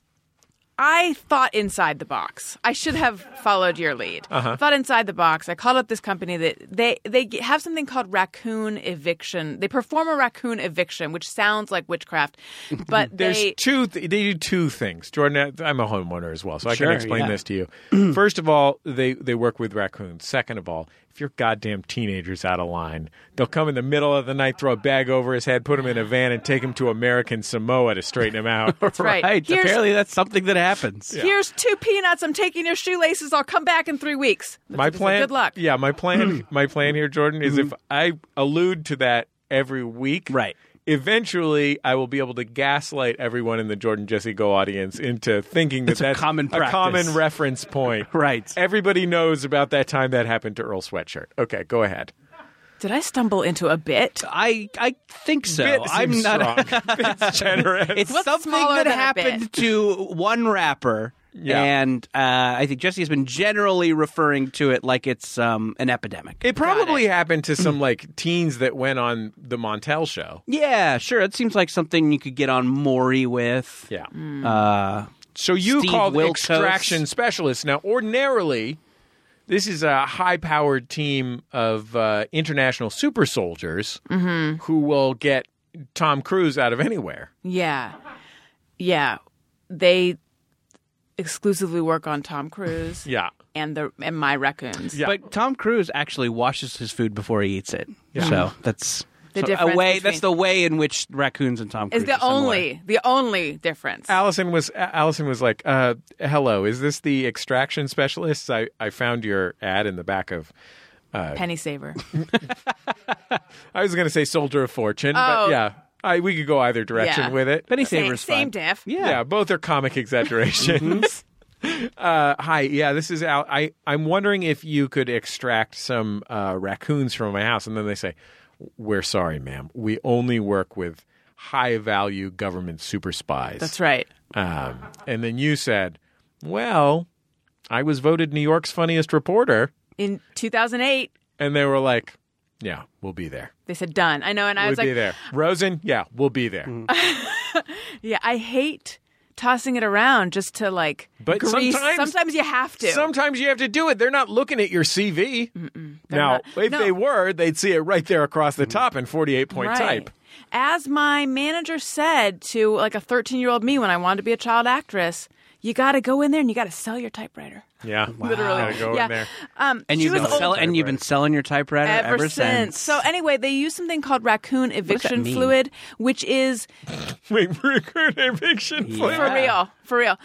S4: I thought inside the box. I should have followed your lead. I
S2: Uh-huh.
S4: Thought inside the box. I called up this company that they they g- have something called raccoon eviction. They perform a raccoon eviction, which sounds like witchcraft, but
S2: There's
S4: they
S2: two. Th- they do two things, Jordan. I- I'm a homeowner as well, so I
S3: Sure,
S2: can explain
S3: yeah.
S2: this to you. First of all, they they work with raccoons. Second of all, if your goddamn teenager's out of line, they'll come in the middle of the night, throw a bag over his head, put him in a van, and take him to American Samoa to straighten him out.
S4: right. Here's-
S3: Apparently, that's something that happens.
S4: here's two peanuts. I'm taking your shoelaces. I'll come back in three weeks. That's
S2: my
S4: what they said.
S2: plan.
S4: Good luck.
S2: Yeah, my
S3: Hmm.
S2: plan. my plan here, Jordan, is if I allude to that every week,
S3: Right.
S2: Eventually, I will be able to gaslight everyone in the Jordan Jesse Go audience into thinking that
S3: It's a
S2: that's
S3: common
S2: a
S3: practice.
S2: common reference point.
S3: Right.
S2: Everybody knows about that time that happened to Earl Sweatshirt. Okay, go ahead.
S4: Did I stumble into a bit?
S3: I I think so.
S2: Bit
S3: I'm
S2: seems
S3: not.
S2: strong. Bit's generous.
S3: It's
S4: What's
S3: something
S4: smaller
S3: that
S4: than a
S3: happened
S4: bit?
S3: to one rapper.
S2: Yeah.
S3: And uh, I think Jesse has been generally referring to it like it's um, an epidemic.
S2: it probably happened to some like teens that went on the Montel show.
S3: yeah, sure. It seems like something you could get on Maury with.
S2: Yeah.
S4: Mm.
S3: Uh,
S2: So you
S3: Steve
S2: called
S3: Wilkos.
S2: extraction specialists. Now, ordinarily, this is a high-powered team of uh, international super soldiers
S4: Mm-hmm.
S2: who will get Tom Cruise out of anywhere.
S4: Yeah. Yeah. They exclusively work on Tom Cruise
S2: Yeah,
S4: and the and my raccoons.
S2: Yeah.
S3: But Tom Cruise actually washes his food before he eats it. So that's
S4: The
S3: so
S4: difference
S3: a way.
S4: between-
S3: That's the way in which raccoons and Tom Cruise
S4: Is
S3: are
S4: the
S3: similar.
S4: only the only difference.
S2: Allison was A- Allison was like, uh, "Hello, is this the extraction specialists? I I found your ad in the back of."
S4: Penny saver.
S2: I was going to say Soldier of Fortune,
S4: Oh.
S2: but yeah, I, we could go either direction
S4: Yeah.
S2: with it.
S3: Penny
S4: same
S3: Saver's
S4: same
S3: fine.
S4: diff.
S2: Yeah, both are comic exaggerations. uh, hi, yeah, this is Al. I, I'm wondering if you could extract some uh, raccoons from my house. And then they say, We're sorry, ma'am. We only work with high value government super spies.
S4: That's right.
S2: Um, and then you said, Well, I was voted New York's funniest reporter.
S4: In 2008,
S2: And they were like, Yeah, we'll be there.
S4: they said done. I know and I
S2: We'll
S4: was
S2: be
S4: like, Mm-hmm.
S2: there. Rosen, yeah, we'll be there.
S4: yeah, I hate tossing it around just to like
S2: But
S4: grease.
S2: sometimes-
S4: you have to.
S2: Sometimes you have to do it. They're not looking at your CV. Now,
S4: not.
S2: if
S4: No.
S2: they were, they'd see it right there across the top in 48 point
S4: Right.
S2: type.
S4: As my manager said to like a 13 year old me when I wanted to be a child actress, you got to go in there and you got to sell your typewriter.
S2: Yeah.
S4: Literally.
S2: Gotta go
S4: yeah.
S2: in there.
S4: Um,
S3: And
S4: she
S3: you've
S4: was
S3: been
S4: old
S3: sell- and you've been selling your typewriter
S4: ever,
S3: ever,
S4: since. So anyway, they use something called raccoon eviction
S3: mean?
S4: fluid, which is
S2: Wait, recruit eviction
S4: for uh,
S2: plan.
S4: real, for real,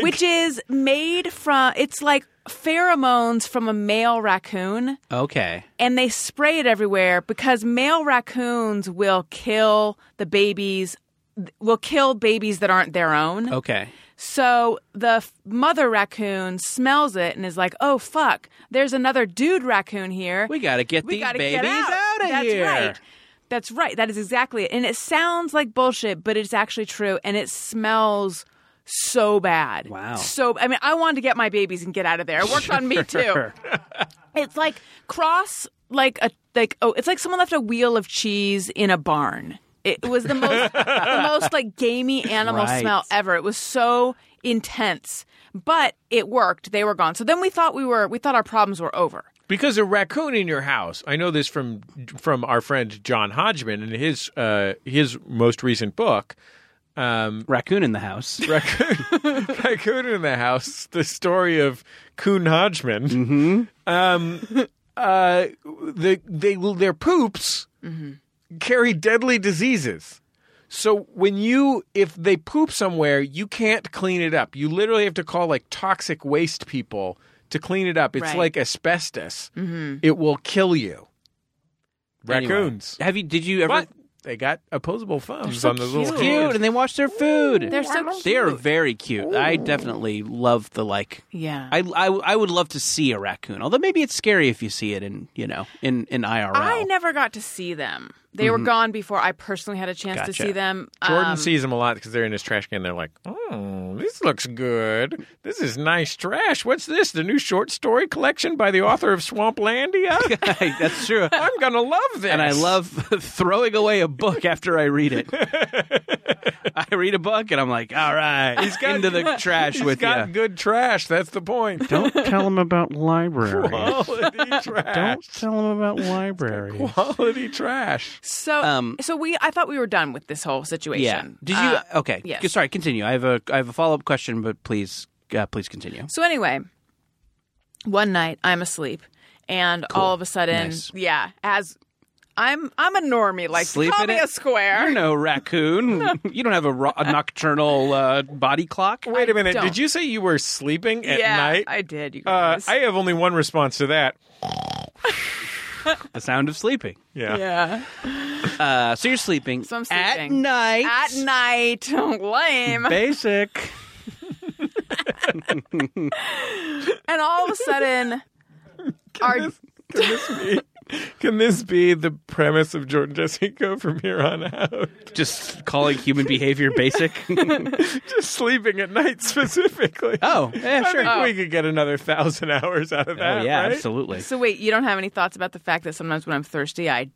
S4: which is made from. It's like pheromones from a male raccoon.
S3: okay.
S4: and they spray it everywhere because male raccoons will kill the babies will kill babies that aren't their own.
S3: Okay.
S4: So the f- mother raccoon smells it and is like, "Oh fuck, there's another dude raccoon here.
S3: We gotta get
S4: We
S3: these
S4: gotta
S3: babies
S4: get out,
S3: of
S4: That's
S3: here.
S4: Right. That's right. That is exactly it. And it sounds like bullshit, but it's actually true and it smells so bad.
S3: Wow.
S4: So I mean, I wanted to get my babies and get out of there. It worked on me too. It's like cross like a like oh it's like someone left a wheel of cheese in a barn. It was the most the most like gamey animal
S3: Right.
S4: smell ever. It was so intense. But it worked. They were gone. So then we thought we were we thought our problems were over.
S2: Because a raccoon in your house, I know this from from our friend John Hodgman in his uh, his most recent book, um,
S3: Raccoon in the house.
S2: raccoon, raccoon in the house. The story of Coon Hodgman. Mm-hmm. Um, uh, the, they will their poops carry deadly diseases. So when you if they poop somewhere, you can't clean it up. You literally have to call like toxic waste people to clean it up. It's
S4: Right.
S2: like asbestos. It will kill you.
S3: Anyway.
S2: Raccoons.
S3: Have you? Did you ever?
S2: But they got opposable thumbs
S4: so
S2: on those little
S4: cute.
S3: Cute,
S2: hands.
S3: and they wash their food.
S4: They're so
S3: They are
S4: cute.
S3: very cute. I definitely love the like.
S4: Yeah.
S3: I, I, I would love to see a raccoon. Although maybe it's scary if you see it in you know in in IRL.
S4: I never got to see them. They were gone before I personally had a chance to
S3: Mm-hmm. Gotcha.
S4: see them.
S2: Jordan
S4: Um,
S2: sees them a lot because they're in his trash can. They're like, "Oh, this looks good. This is nice trash. What's this? The new short story collection by the author of Swamplandia.
S3: That's true.
S2: I'm gonna love this.
S3: and I love throwing away a book after I read it. I read a book and I'm like, all right, he's
S2: got
S3: into the
S2: good-
S3: trash
S2: He's
S3: with
S2: got
S3: you.
S2: good trash. That's the point.
S5: Don't tell him about libraries.
S2: Quality trash.
S5: Don't tell him about libraries.
S2: Quality trash.
S4: So,
S3: Um,
S4: so we. I thought we were done with this whole situation.
S3: Yeah. Did you?
S4: Uh,
S3: okay.
S4: yes.
S3: G- Sorry. Continue. I have a I have a follow up question, but please uh, please continue.
S4: So anyway, one night I'm asleep, and all of a sudden,
S3: Nice.
S4: yeah, as I'm I'm a normie, like
S3: Sleep
S4: call
S3: in
S4: me
S3: it?
S4: a square.
S3: You're no raccoon. you don't have a, ro- a nocturnal uh, body clock.
S2: Wait a minute.
S4: don't.
S2: Did you say you were sleeping at
S4: yeah,
S2: night?
S4: I did. You
S2: uh,
S4: guys.
S2: I have only one response to that.
S3: The sound of sleeping.
S2: Yeah.
S4: yeah,
S3: Uh, so you're sleeping.
S4: So I'm
S3: at
S4: sleeping.
S3: night.
S4: at night, lame.
S3: Basic.
S4: And all of a sudden, our
S2: Can this be? Can this be the premise of Jordan Jessica from here on out?
S3: Just calling human behavior basic.
S2: Just sleeping at night specifically.
S3: oh, yeah,
S2: I
S3: sure.
S2: think we could get another thousand hours out of
S3: Oh,
S2: that.
S3: yeah,
S2: right?
S3: absolutely.
S4: so wait, you don't have any thoughts about the fact that sometimes when I'm thirsty, I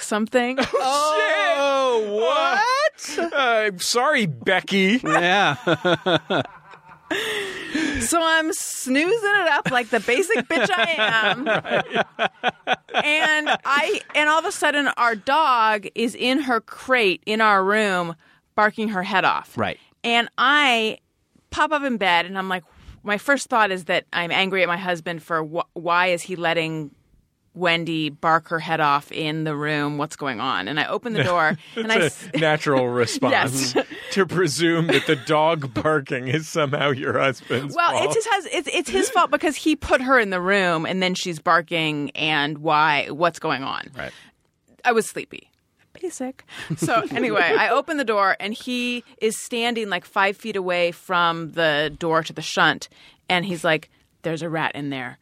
S4: something.
S2: Oh, what? Uh, sorry, Becky.
S3: Yeah.
S4: So I'm snoozing it up like the basic bitch I am. And I and all of a sudden our dog is in her crate in our room barking her head off.
S3: Right.
S4: And I pop up in bed and I'm like my first thought is that I'm angry at my husband for wh- why is he letting Wendy bark her head off in the room? What's going on? And I open the door and I
S2: It's
S4: s-
S2: a natural response
S4: Yes.
S2: to presume that the dog barking is somehow your husband's
S4: Well,
S2: fault.
S4: it's his hus- it's it's his fault because he put her in the room and then she's barking and why what's going on? Right. I was sleepy. Basic. So anyway, I open the door and he is standing like five feet away from the door to the shunt, and he's like, "There's a rat in there."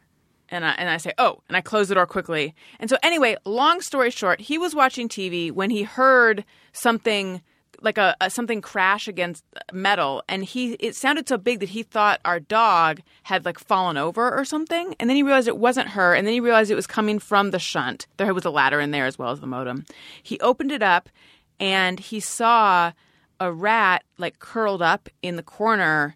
S4: And I, and I say, oh, and I close the door quickly. And so, anyway, long story short, he was watching TV when he heard something like a, a something crash against metal, and he it sounded so big that he thought our dog had like fallen over or something. And then he realized it wasn't her, and then he realized it was coming from the shunt. There was a ladder in there as well as the modem. He opened it up, and he saw a rat like curled up in the corner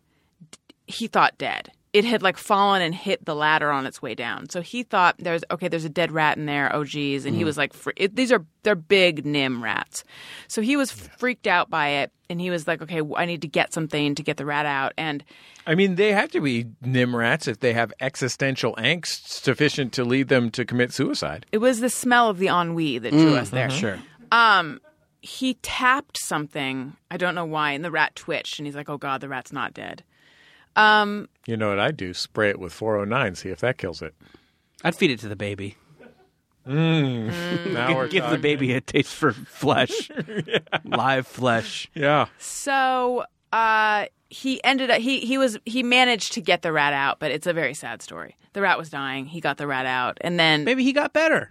S4: he thought dead. It had like fallen and hit the ladder on its way down. So he thought there's okay, there's a dead rat in there. Oh geez, and he was like, fre- it, these are they're big nim rats. So he was freaked out by it, and he was like, okay, I need to get something to get the rat out. And
S2: I mean, they have to be nimrats if they have existential angst sufficient to lead them to commit suicide.
S4: it was the smell of the ennui that drew us there.
S3: Sure.
S4: Um, he tapped something. I don't know why, and the rat twitched, and he's like, oh god, the rat's not dead.
S2: You know what I do? Spray it with 409, see if that kills it.
S3: I'd feed it to the baby.
S2: Mm. Now we're
S3: Give the
S2: talking.
S3: baby a taste for flesh, live flesh.
S2: Yeah.
S4: So uh, he ended up he he was he managed to get the rat out, but it's a very sad story. The rat was dying. He got the rat out, and then
S3: Maybe he got better.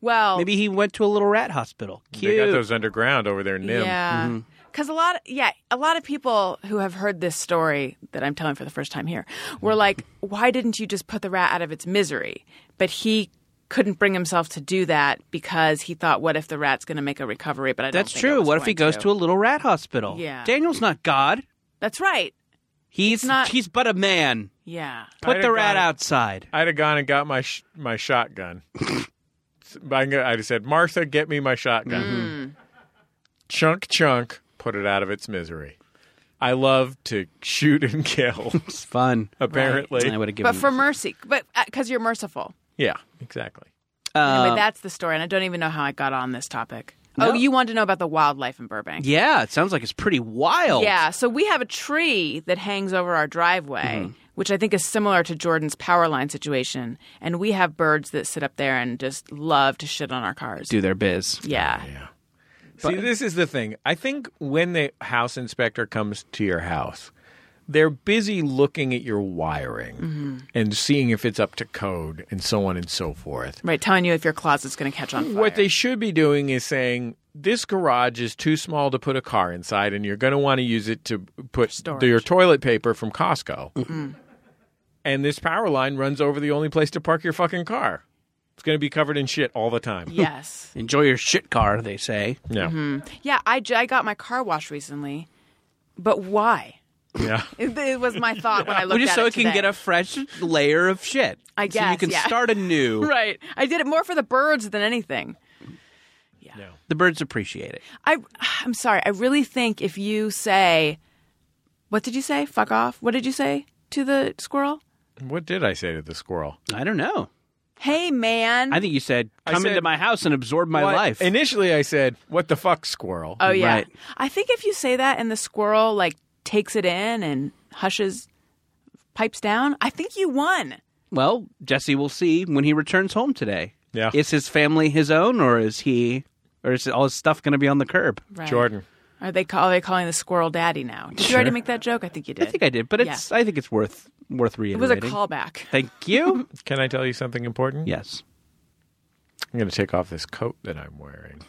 S4: well,
S3: Maybe he went to a little rat hospital. Cute.
S2: They got those underground over there, Nim.
S3: Mm-hmm.
S4: yeah, because a lot yeah a lot of people who have heard this story that I'm telling for the first time here were
S3: Mm-hmm.
S4: like, why didn't you just put the rat out of its misery? But he couldn't bring himself to do that because he thought, what if the rat's going to make a recovery? But I don't
S3: That's true. What if he goes to. a little rat hospital?
S4: Yeah.
S3: Daniel's not God.
S4: That's right.
S3: He's
S4: not-
S3: He's but a man.
S4: Yeah.
S3: Put
S2: I'd
S3: the
S2: have
S3: rat
S2: gone-
S3: outside.
S2: I'd have gone and got my sh- my shotgun. I can- I'd have said, Martha, get me my shotgun. Chunk, chunk, put it out of its misery. I love to shoot and kill,
S3: It's fun.
S2: apparently.
S3: I would have given.
S4: But for mercy, but because you're merciful.
S2: Yeah, exactly.
S4: Anyway,
S3: Uh,
S4: that's the story, and I don't even know how I got on this topic. Oh, you wanted to know about the wildlife in Burbank?
S3: yeah, it sounds like it's pretty wild.
S4: Yeah, so we have a tree that hangs over our driveway,
S3: Mm-hmm.
S4: which I think is similar to Jordan's power line situation, and we have birds that sit up there and just love to shit on our cars.
S3: Do their biz.
S4: Yeah.
S2: See, this is the thing. I think when the house inspector comes to your house, they're busy looking at your wiring and seeing if it's up to code and so on and so forth.
S4: Right, telling you if your closet's going to catch on fire.
S2: What they should be doing is saying this garage is too small to put a car inside, and you're going to want to use it to put
S4: Storage.
S2: your toilet paper from Costco.
S3: Mm-hmm.
S2: And this power line runs over the only place to park your fucking car. It's going to be covered in shit all the time.
S4: yes.
S3: Enjoy your shit car, they say.
S2: Yeah.
S4: Yeah, I, j- I got my car washed recently, But why?
S2: Yeah.
S4: It, it was my thought when I
S3: Well,
S4: looked
S3: just
S4: at
S3: so
S4: it
S3: it can
S4: today.
S3: get a fresh layer of shit. so
S4: I
S3: you
S4: guess,
S3: can
S4: yeah.
S3: start anew.
S4: right. I did it more for the birds than anything.
S3: The birds appreciate it.
S4: I I'm sorry. I really think if you say, what did you say? Fuck off. What did you say to the squirrel?
S2: What did I say to the squirrel?
S3: I don't know.
S4: Hey man.
S3: I think you said,
S2: I
S3: "Come
S2: said-
S3: into my house and absorb my
S2: What-
S3: life." Uh,
S2: Initially, I said, "What the fuck, squirrel?"
S4: oh yeah.
S3: Right.
S4: I think if you say that and the squirrel like takes it in and hushes, pipes down, I think you won.
S3: well, Jesse will see when he returns home today.
S2: Yeah.
S3: is his family his own, or is he, or is all his stuff going to be on the curb?
S4: Right.
S2: Jordan.
S4: Are they call, are they calling the squirrel daddy now? Did you already make that joke? I think you
S3: I
S4: did.
S3: think I did, but it's. I think it's worth worth
S4: it was a
S3: reiterating.
S4: callback.
S3: Thank you.
S2: Can I tell you something important?
S3: yes.
S2: I'm going to take off this coat that I'm wearing.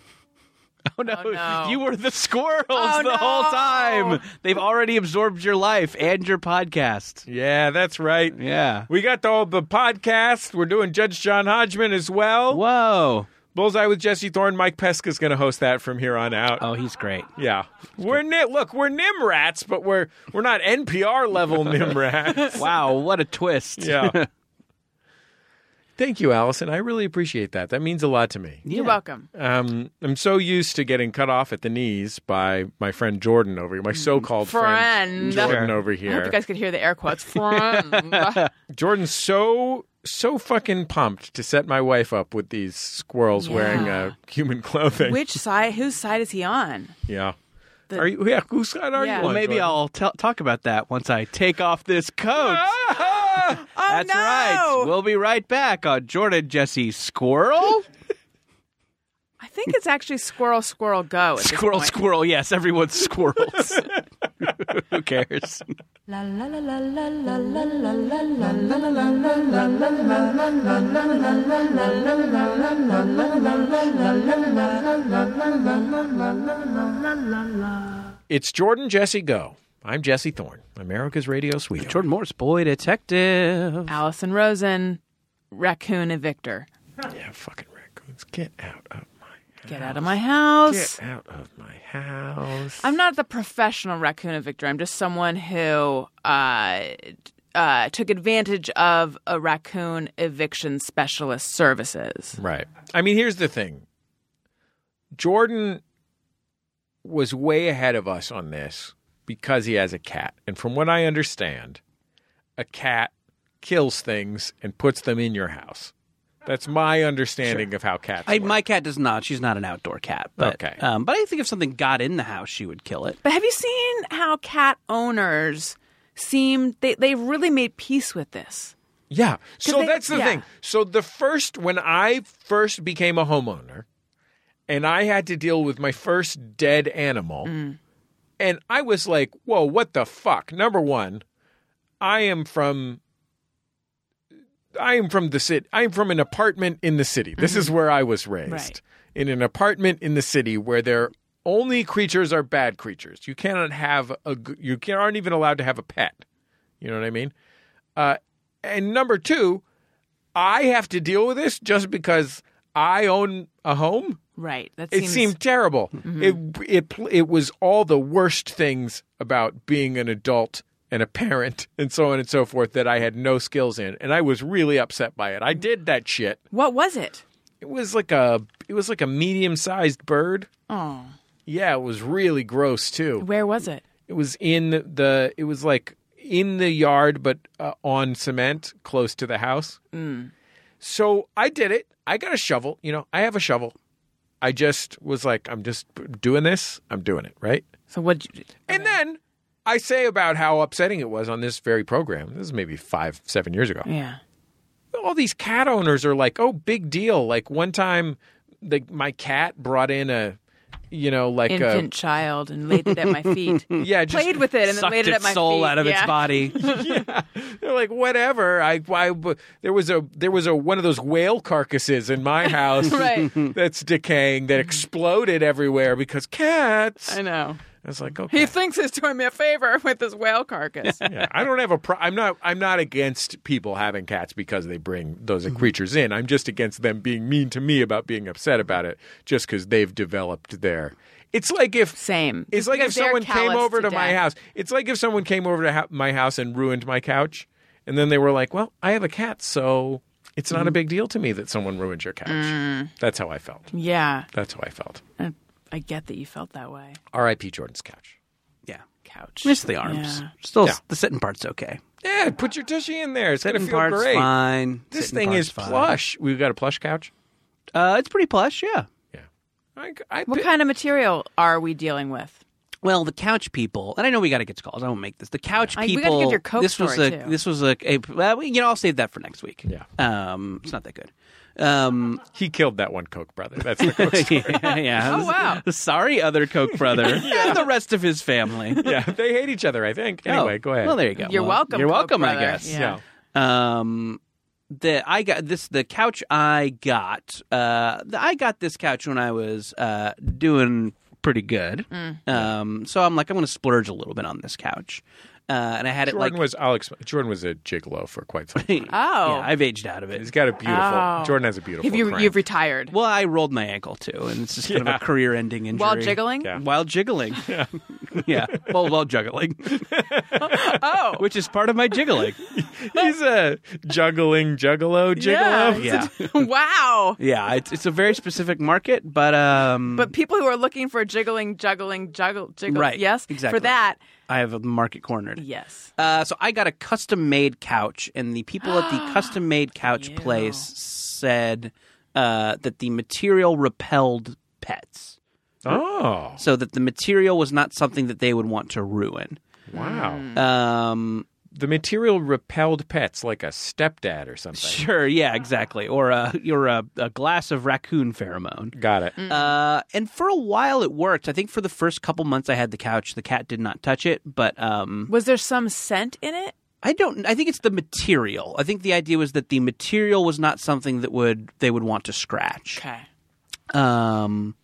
S3: Oh no.
S4: no.
S3: You were the squirrels
S4: Oh,
S3: the
S4: no.
S3: whole time. They've already absorbed your life and your podcast.
S2: Yeah, that's right.
S3: Yeah.
S2: We got the, the podcast. We're doing Judge John Hodgman as well.
S3: Whoa.
S2: Bullseye with Jesse Thorne. Mike Pesca's going to host that from here on out.
S3: Oh, he's great.
S2: Yeah, we're ni- look, we're Nimrats, but we're we're not NPR level Nimrats.
S3: Wow, what a twist.
S2: Yeah. Thank you, Allison. I really appreciate that. That means a lot to me.
S4: You're welcome.
S2: Um, I'm so used to getting cut off at the knees by my friend Jordan over
S3: Mm.
S2: here, my so-called
S4: Friend.
S2: Jordan over
S4: I hope
S2: here.
S4: you guys could hear the air quotes. Friend.
S2: Jordan's so so fucking pumped to set my wife up with these squirrels
S4: Yeah.
S2: wearing uh, human clothing.
S4: Which side? Whose side is he on?
S2: yeah.
S4: The-
S2: are you? Yeah. Whose side are
S4: Yeah.
S2: you?
S3: Well,
S2: on,
S3: maybe
S2: Jordan?
S3: I'll t- talk about that once I take off this coat.
S4: Oh
S3: That's
S4: no!
S3: right. We'll be right back on Jordan Jesse Squirrel.
S4: I think it's actually squirrel, squirrel, go. At this
S3: squirrel,
S4: point.
S3: squirrel. Yes, everyone's squirrels. Who cares?
S1: La la la la la la la la la la.
S2: It's Jordan Jesse Go. I'm Jesse Thorne, America's radio sweetheart.
S3: Jordan Morris, boy detective.
S4: Allison Rosen, raccoon evictor.
S2: Yeah, fucking raccoons. Get out of my
S4: Get out of my house.
S2: get out of my house.
S4: I'm not the professional raccoon evictor. I'm just someone who uh, uh, took advantage of a raccoon eviction specialist services.
S2: right. I mean, here's the thing. Jordan was way ahead of us on this because he has a cat. And from what I understand, a cat kills things and puts them in your house. That's my understanding of how cats
S3: I,
S2: work.
S3: my cat does not. She's not an outdoor cat. But,
S2: Okay.
S3: Um, but I think if something got in the house, she would kill it.
S4: But have you seen how cat owners seem? They they really made peace with this.
S2: Yeah. So
S4: they-
S2: that's the
S4: yeah.
S2: thing. So the first when I first became a homeowner and I had to deal with my first dead animal
S4: Mm.
S2: and I was like, "Whoa, what the fuck?" Number 1, I am from I am from the city. I am from an apartment in the city. This is where I was raised.
S4: Right.
S2: In an apartment in the city where their only creatures are bad creatures. You cannot have a g- you can- aren't even allowed to have a pet. You know what I mean? Uh, and number two, I have to deal with this just because I own a home.
S4: Right. That
S2: It
S4: seems
S2: seemed terrible. It it pl- it was all the worst things about being an adult and a parent and so on and so forth that I had no skills in, and I was really upset by it. I did that shit.
S4: What was it?
S2: It was like a it was like a medium sized bird.
S4: Oh,
S2: Yeah, it was really gross too.
S4: where was it?
S2: It was in the. It was like in the yard, but uh, on cement, close to the house.
S4: Mm.
S2: So I did it. I got a shovel. You know, I have a shovel. I just was like, I'm just doing this. I'm doing it right.
S4: So what? You,
S2: And then I say about how upsetting it was on this very program. This is maybe five, seven years ago
S4: yeah.
S2: all these cat owners are like, oh, big deal. Like one time, like my cat brought in a, you know, like
S4: Infant child and laid it at my feet.
S2: a yeah, just
S4: Played with it and then
S3: Sucked
S4: laid it
S3: its
S4: at my
S3: soul
S4: feet.
S3: out of its
S4: Yeah.
S3: body.
S2: They're like whatever. I, I there was a there was a one of those whale carcasses in my house
S4: Right.
S2: that's decaying that exploded everywhere because cats.
S4: I know.
S2: I was like, okay.
S4: He thinks he's doing me a favor with his whale carcass.
S2: Yeah, I don't have a pro- I'm not I'm not against people having cats because they bring those
S4: Mm-hmm.
S2: creatures in. I'm just against them being mean to me about being upset about it just cuz they've developed their It's like if
S4: Same.
S2: It's
S4: Just
S2: like if
S4: because they're
S2: someone came
S4: calloused
S2: over to,
S4: to
S2: my
S4: death.
S2: house. It's like if someone came over to ha- my house and ruined my couch and then they were like, "Well, I have a cat, so it's
S3: Mm-hmm.
S2: not a big deal to me that someone ruined your couch."
S3: Mm.
S2: That's how I felt.
S4: Yeah,
S2: That's how I felt.
S4: I, I get that you felt that way.
S2: R.I.P. Jordan's couch.
S3: Yeah.
S4: Couch.
S3: Miss the arms.
S4: Yeah.
S3: Still,
S2: Yeah.
S3: the sitting part's okay.
S2: Yeah, put your tushy in there. It's going to
S3: Sitting
S2: feel
S3: part's
S2: great.
S3: fine.
S2: This
S3: Sitting
S2: thing
S3: part's
S2: is
S3: fine.
S2: plush. We've got a plush couch.
S3: Uh, it's pretty plush, yeah.
S2: Yeah. I, I,
S4: What kind of material are we dealing with?
S3: Well, the couch people, and I know we got to get to calls. I won't make this. The couch
S4: I- we
S3: people.
S4: gotta get your Coke
S3: this was
S4: story,
S3: a
S4: too.
S3: this was a, a well, we- you know I'll save that for next week.
S2: Yeah.
S3: um, it's not that good. Um,
S2: He killed that one Coke brother. That's the Coke.
S3: yeah, yeah.
S4: Oh, wow.
S3: Sorry, other Coke brother and the rest of his family.
S2: yeah, they hate each other, I think. Anyway,
S3: Oh,
S2: go ahead.
S3: Well, there you go.
S4: You're
S3: Well,
S4: welcome,
S3: You're
S4: Coke
S3: welcome, I
S4: brother.
S3: guess.
S4: Yeah.
S3: Um, the I got this the couch I got. Uh, the, I got this couch when I was uh doing pretty good.
S4: Mm.
S3: Um, so I'm like I'm going to splurge a little bit on this couch. Uh, and I had it
S2: Jordan
S3: like
S2: was I'll explain. Jordan was a gigolo for quite some time.
S4: Oh.
S3: yeah, I've aged out of
S2: He's
S3: it.
S2: got a beautiful.
S4: Oh.
S2: Jordan has a beautiful.
S4: Have you
S2: crank.
S4: you've retired
S3: Well, I rolled my ankle too, and it's just kind
S2: Yeah.
S3: of a career-ending injury.
S4: while jiggling?
S2: Yeah.
S3: While jiggling, yeah, Well, while juggling,
S4: Oh,
S3: which is part of my jiggling.
S2: He's a juggling juggalo gigolo.
S3: Yeah,
S4: wow.
S3: yeah. It's, it's a very specific market, but um,
S4: But people who are looking for jiggling, juggling, juggle, jiggle,
S3: Right,
S4: yes,
S3: exactly.
S4: for that,
S3: I have a market cornered.
S4: yes.
S3: Uh, so I got a custom made couch, and the people at the custom made couch
S4: Ew.
S3: place said uh, that the material repelled pets,
S2: Oh
S3: so that the material was not something that they would want to ruin.
S2: wow! Uh,
S3: Um,
S2: The material repelled pets like a stepdad or something.
S3: sure, yeah, exactly. Or a or a, a glass of raccoon pheromone.
S2: Got it.
S3: Uh, and for a while it worked. I think for the first couple months I had the couch, the cat did not touch it, but um,
S4: Was there some scent in it?
S3: I don't. I think it's the material. I think the idea was that the material was not something that would they would want to scratch.
S4: Okay.
S3: Um,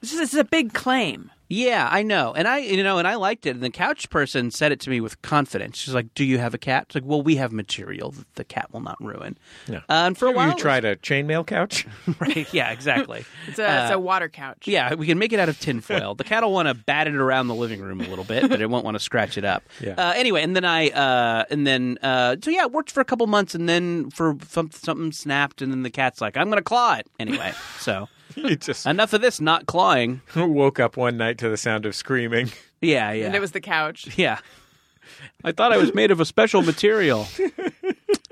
S4: This is, this is a big claim.
S3: yeah, I know, and I you know, and I liked it. And the couch person said it to me with confidence. She's like, "Do you have a cat?" It's like, "Well, we have material that the cat will not ruin."
S2: Yeah.
S3: Uh, and for a while,
S2: you tried a chainmail couch?
S3: right? Yeah, exactly.
S4: It's a, it's a water couch.
S3: Uh, Yeah, we can make it out of tinfoil. the cat will want to bat it around the living room a little bit, but it won't want to scratch it up.
S2: Yeah.
S3: Uh, anyway, and then I, uh, and then, uh, so yeah, it worked for a couple months, and then for some, something snapped, and then the cat's like, I'm going to claw it. Anyway, so
S2: you just
S3: enough of this not clawing.
S2: woke up one night to the sound of screaming.
S3: Yeah, yeah.
S4: And it was the couch.
S3: yeah. I thought I was made of a special material.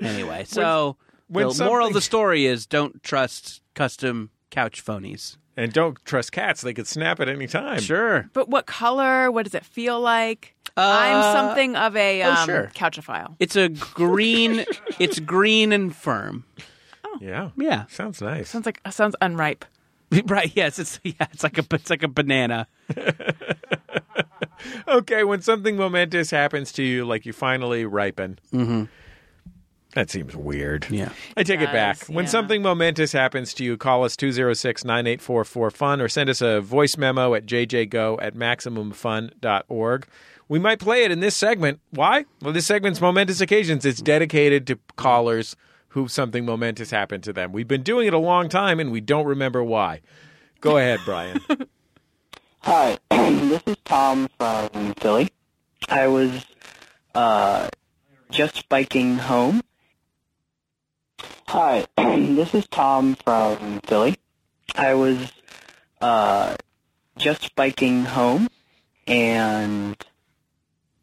S3: anyway, so
S2: when
S3: the moral of
S2: something-
S3: the story is don't trust custom couch phonies.
S2: And don't trust cats; they could snap at any time.
S3: Sure.
S4: But what color? What does it feel like? I'm something of a
S3: Uh, oh,
S4: um,
S3: sure.
S4: couchophile.
S3: It's a green. it's green and firm.
S2: Yeah.
S3: Yeah.
S2: Sounds nice.
S4: Sounds like sounds unripe.
S3: Right. Yes. It's yeah. It's like a. It's like a banana.
S2: Okay, when something momentous happens to you, like you finally ripen. Mm-hmm. That seems weird.
S3: Yeah.
S2: I take it,
S4: does,
S2: back. When
S4: yeah.
S2: something momentous happens to you, call us 206 9844 FUN or send us a voice memo at jjgo at MaximumFun.org. We might play it in this segment. Why? Well, this segment's Momentous Occasions. It's dedicated to callers who something momentous happened to them. We've been doing it a long time and we don't remember why. Go ahead, Brian.
S6: Hi, this is Tom from Philly. I was uh, just biking home. Hi, this is Tom from Philly. I was uh, just biking home, and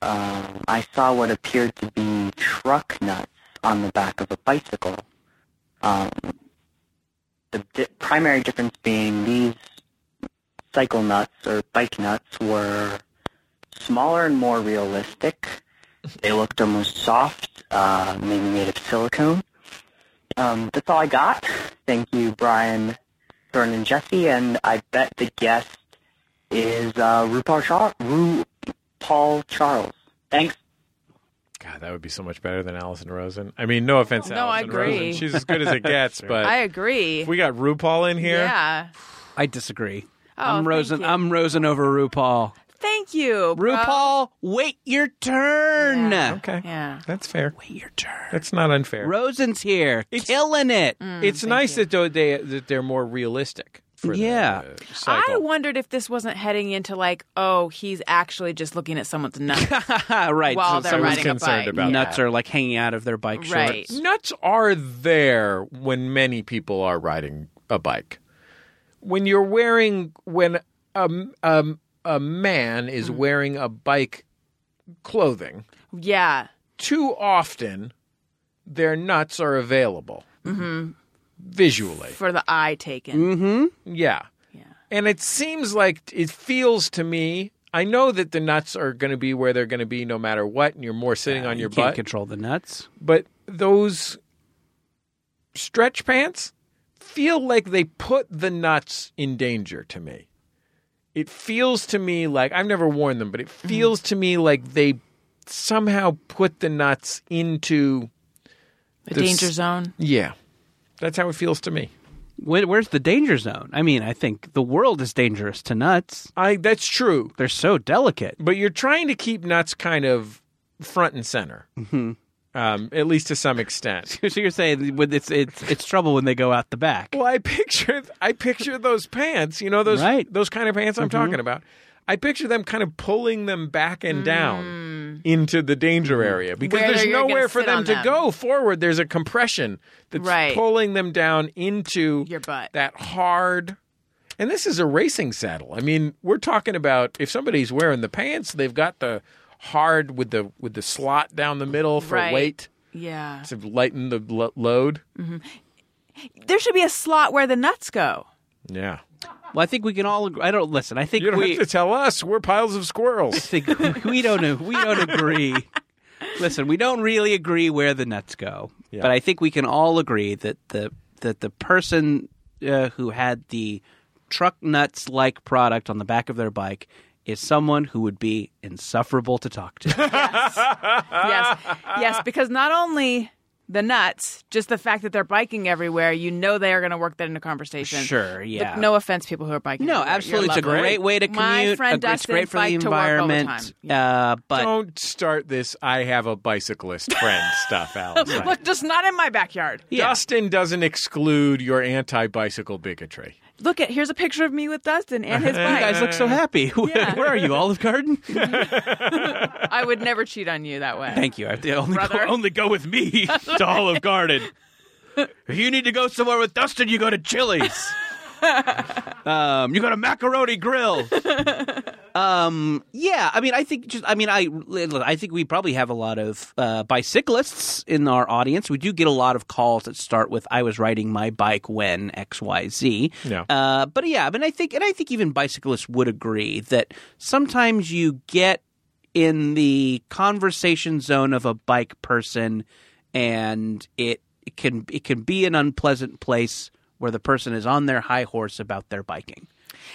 S6: um, I saw what appeared to be truck nuts on the back of a bicycle. Um, the di- primary difference being these cycle nuts or bike nuts were smaller and more realistic. They looked almost soft, uh, maybe made of silicone. Um, that's all I got. Thank you, Brian, Jordan, and Jesse. And I bet the guest is uh, RuPaul, Char- RuPaul Charles. Thanks.
S2: God, that would be so much better than Allison Rosen. I mean, no offense, to
S4: No, I
S2: Allison
S4: agree.
S2: Rosen. She's as good as it gets, but
S4: I agree.
S2: Uh, if we got RuPaul in here.
S4: Yeah.
S3: I disagree.
S4: Oh,
S3: I'm
S4: thank
S3: Rosen.
S4: you.
S3: I'm Rosen over RuPaul.
S4: Thank you, bro.
S3: RuPaul, wait your turn.
S4: Oh. Yeah.
S2: Okay.
S4: Yeah.
S2: That's fair.
S3: Wait your turn.
S2: That's not unfair.
S3: Rosen's here, killing it.
S2: it's nice that though they that they're more realistic. For
S3: Yeah.
S2: the, uh, cycle.
S4: I wondered if this wasn't heading into like, oh, he's actually just looking at someone's nuts
S3: right.
S4: Mm. while
S3: so
S4: they're
S2: someone's
S4: riding a
S2: concerned
S4: bike.
S2: about
S4: yeah.
S3: nuts are like hanging out of their bike shorts.
S4: Right.
S2: Nuts are there when many people are riding a bike. When you're wearing when um um a man is wearing a bike clothing,
S4: Yeah.
S2: too often their nuts are available visually.
S4: For the eye taken.
S3: Mm-hmm.
S2: Yeah.
S4: Yeah.
S2: And it seems like it feels to me. I know that the nuts are going to be where they're going to be no matter what, and you're more sitting on your
S3: you can't
S2: butt.
S3: control the nuts.
S2: but those stretch pants feel like they put the nuts in danger to me. It feels to me like I've never worn them, but it feels to me like they somehow put the nuts into
S4: The
S2: This-
S4: danger zone.
S2: yeah. That's how it feels to me.
S3: Where, where's the danger zone? I mean, I think the world is dangerous to nuts.
S2: I that's true,
S3: They're so delicate.
S2: but you're trying to keep nuts kind of front and center. Um, at least to some extent.
S3: so you're saying when it's it's it's trouble when they go out the back.
S2: Well, I picture I picture those pants, you know those
S3: Right.
S2: those kind of pants I'm talking about. I picture them kind of pulling them back and down into the danger area because
S4: Mm. Where
S2: there's
S4: you're gonna
S2: nowhere for
S4: sit
S2: them
S4: on
S2: to
S4: them.
S2: go forward. There's a compression that's
S4: Right.
S2: pulling them down into
S4: Your butt.
S2: That hard. And this is a racing saddle. I mean, we're talking about if somebody's wearing the pants, they've got the hard with the with the slot down the middle for
S4: Right.
S2: weight
S4: Yeah.
S2: to lighten the lo- load.
S4: There should be a slot where the nuts go.
S2: Yeah.
S3: Well, I think we can all. Agree. I don't listen. I think
S2: You don't
S3: we
S2: have to tell us. We're piles of squirrels.
S3: think we don't we don't agree. listen, we don't really agree where the nuts go, but I think we can all agree that the that the person uh, who had the truck nuts like product on the back of their bike is someone who would be insufferable to talk to.
S4: yes. Yes, because not only the nuts, just the fact that they're biking everywhere, you know they are going to work that into conversation.
S3: Sure,
S4: Look,
S3: yeah.
S4: no offense, people who are biking.
S3: No,
S4: everywhere. You're
S3: absolutely, it's a
S4: lovely.
S3: great way to commute.
S4: My friend
S3: it's
S4: Dustin
S3: great for the
S4: biked to work all the
S3: environment.
S4: time.
S3: Uh, but
S2: Don't start this I have a bicyclist friend stuff, Alex.
S4: Look, just not in my backyard.
S2: Dustin doesn't exclude your anti bicycle bigotry.
S4: Look at here's a picture of me with Dustin and his
S3: you guys
S4: bike.
S3: look so happy.
S4: Yeah.
S3: Where are you, Olive Garden?
S4: I would never cheat on you that way.
S3: Thank you. I have to only go,
S4: Brother.
S3: only go with me to Olive Garden. If you need to go somewhere with Dustin, you go to Chili's. um, you go to Macaroni Grill. um, yeah, I mean, I think just, I mean, I, I think we probably have a lot of uh, bicyclists in our audience. We do get a lot of calls that start with "I was riding my bike when X, Y, Z."
S2: Yeah.
S3: Uh, but yeah, I mean, I think, and I think even bicyclists would agree that sometimes you get in the conversation zone of a bike person and it, it can it can be an unpleasant place where the person is on their high horse about their biking.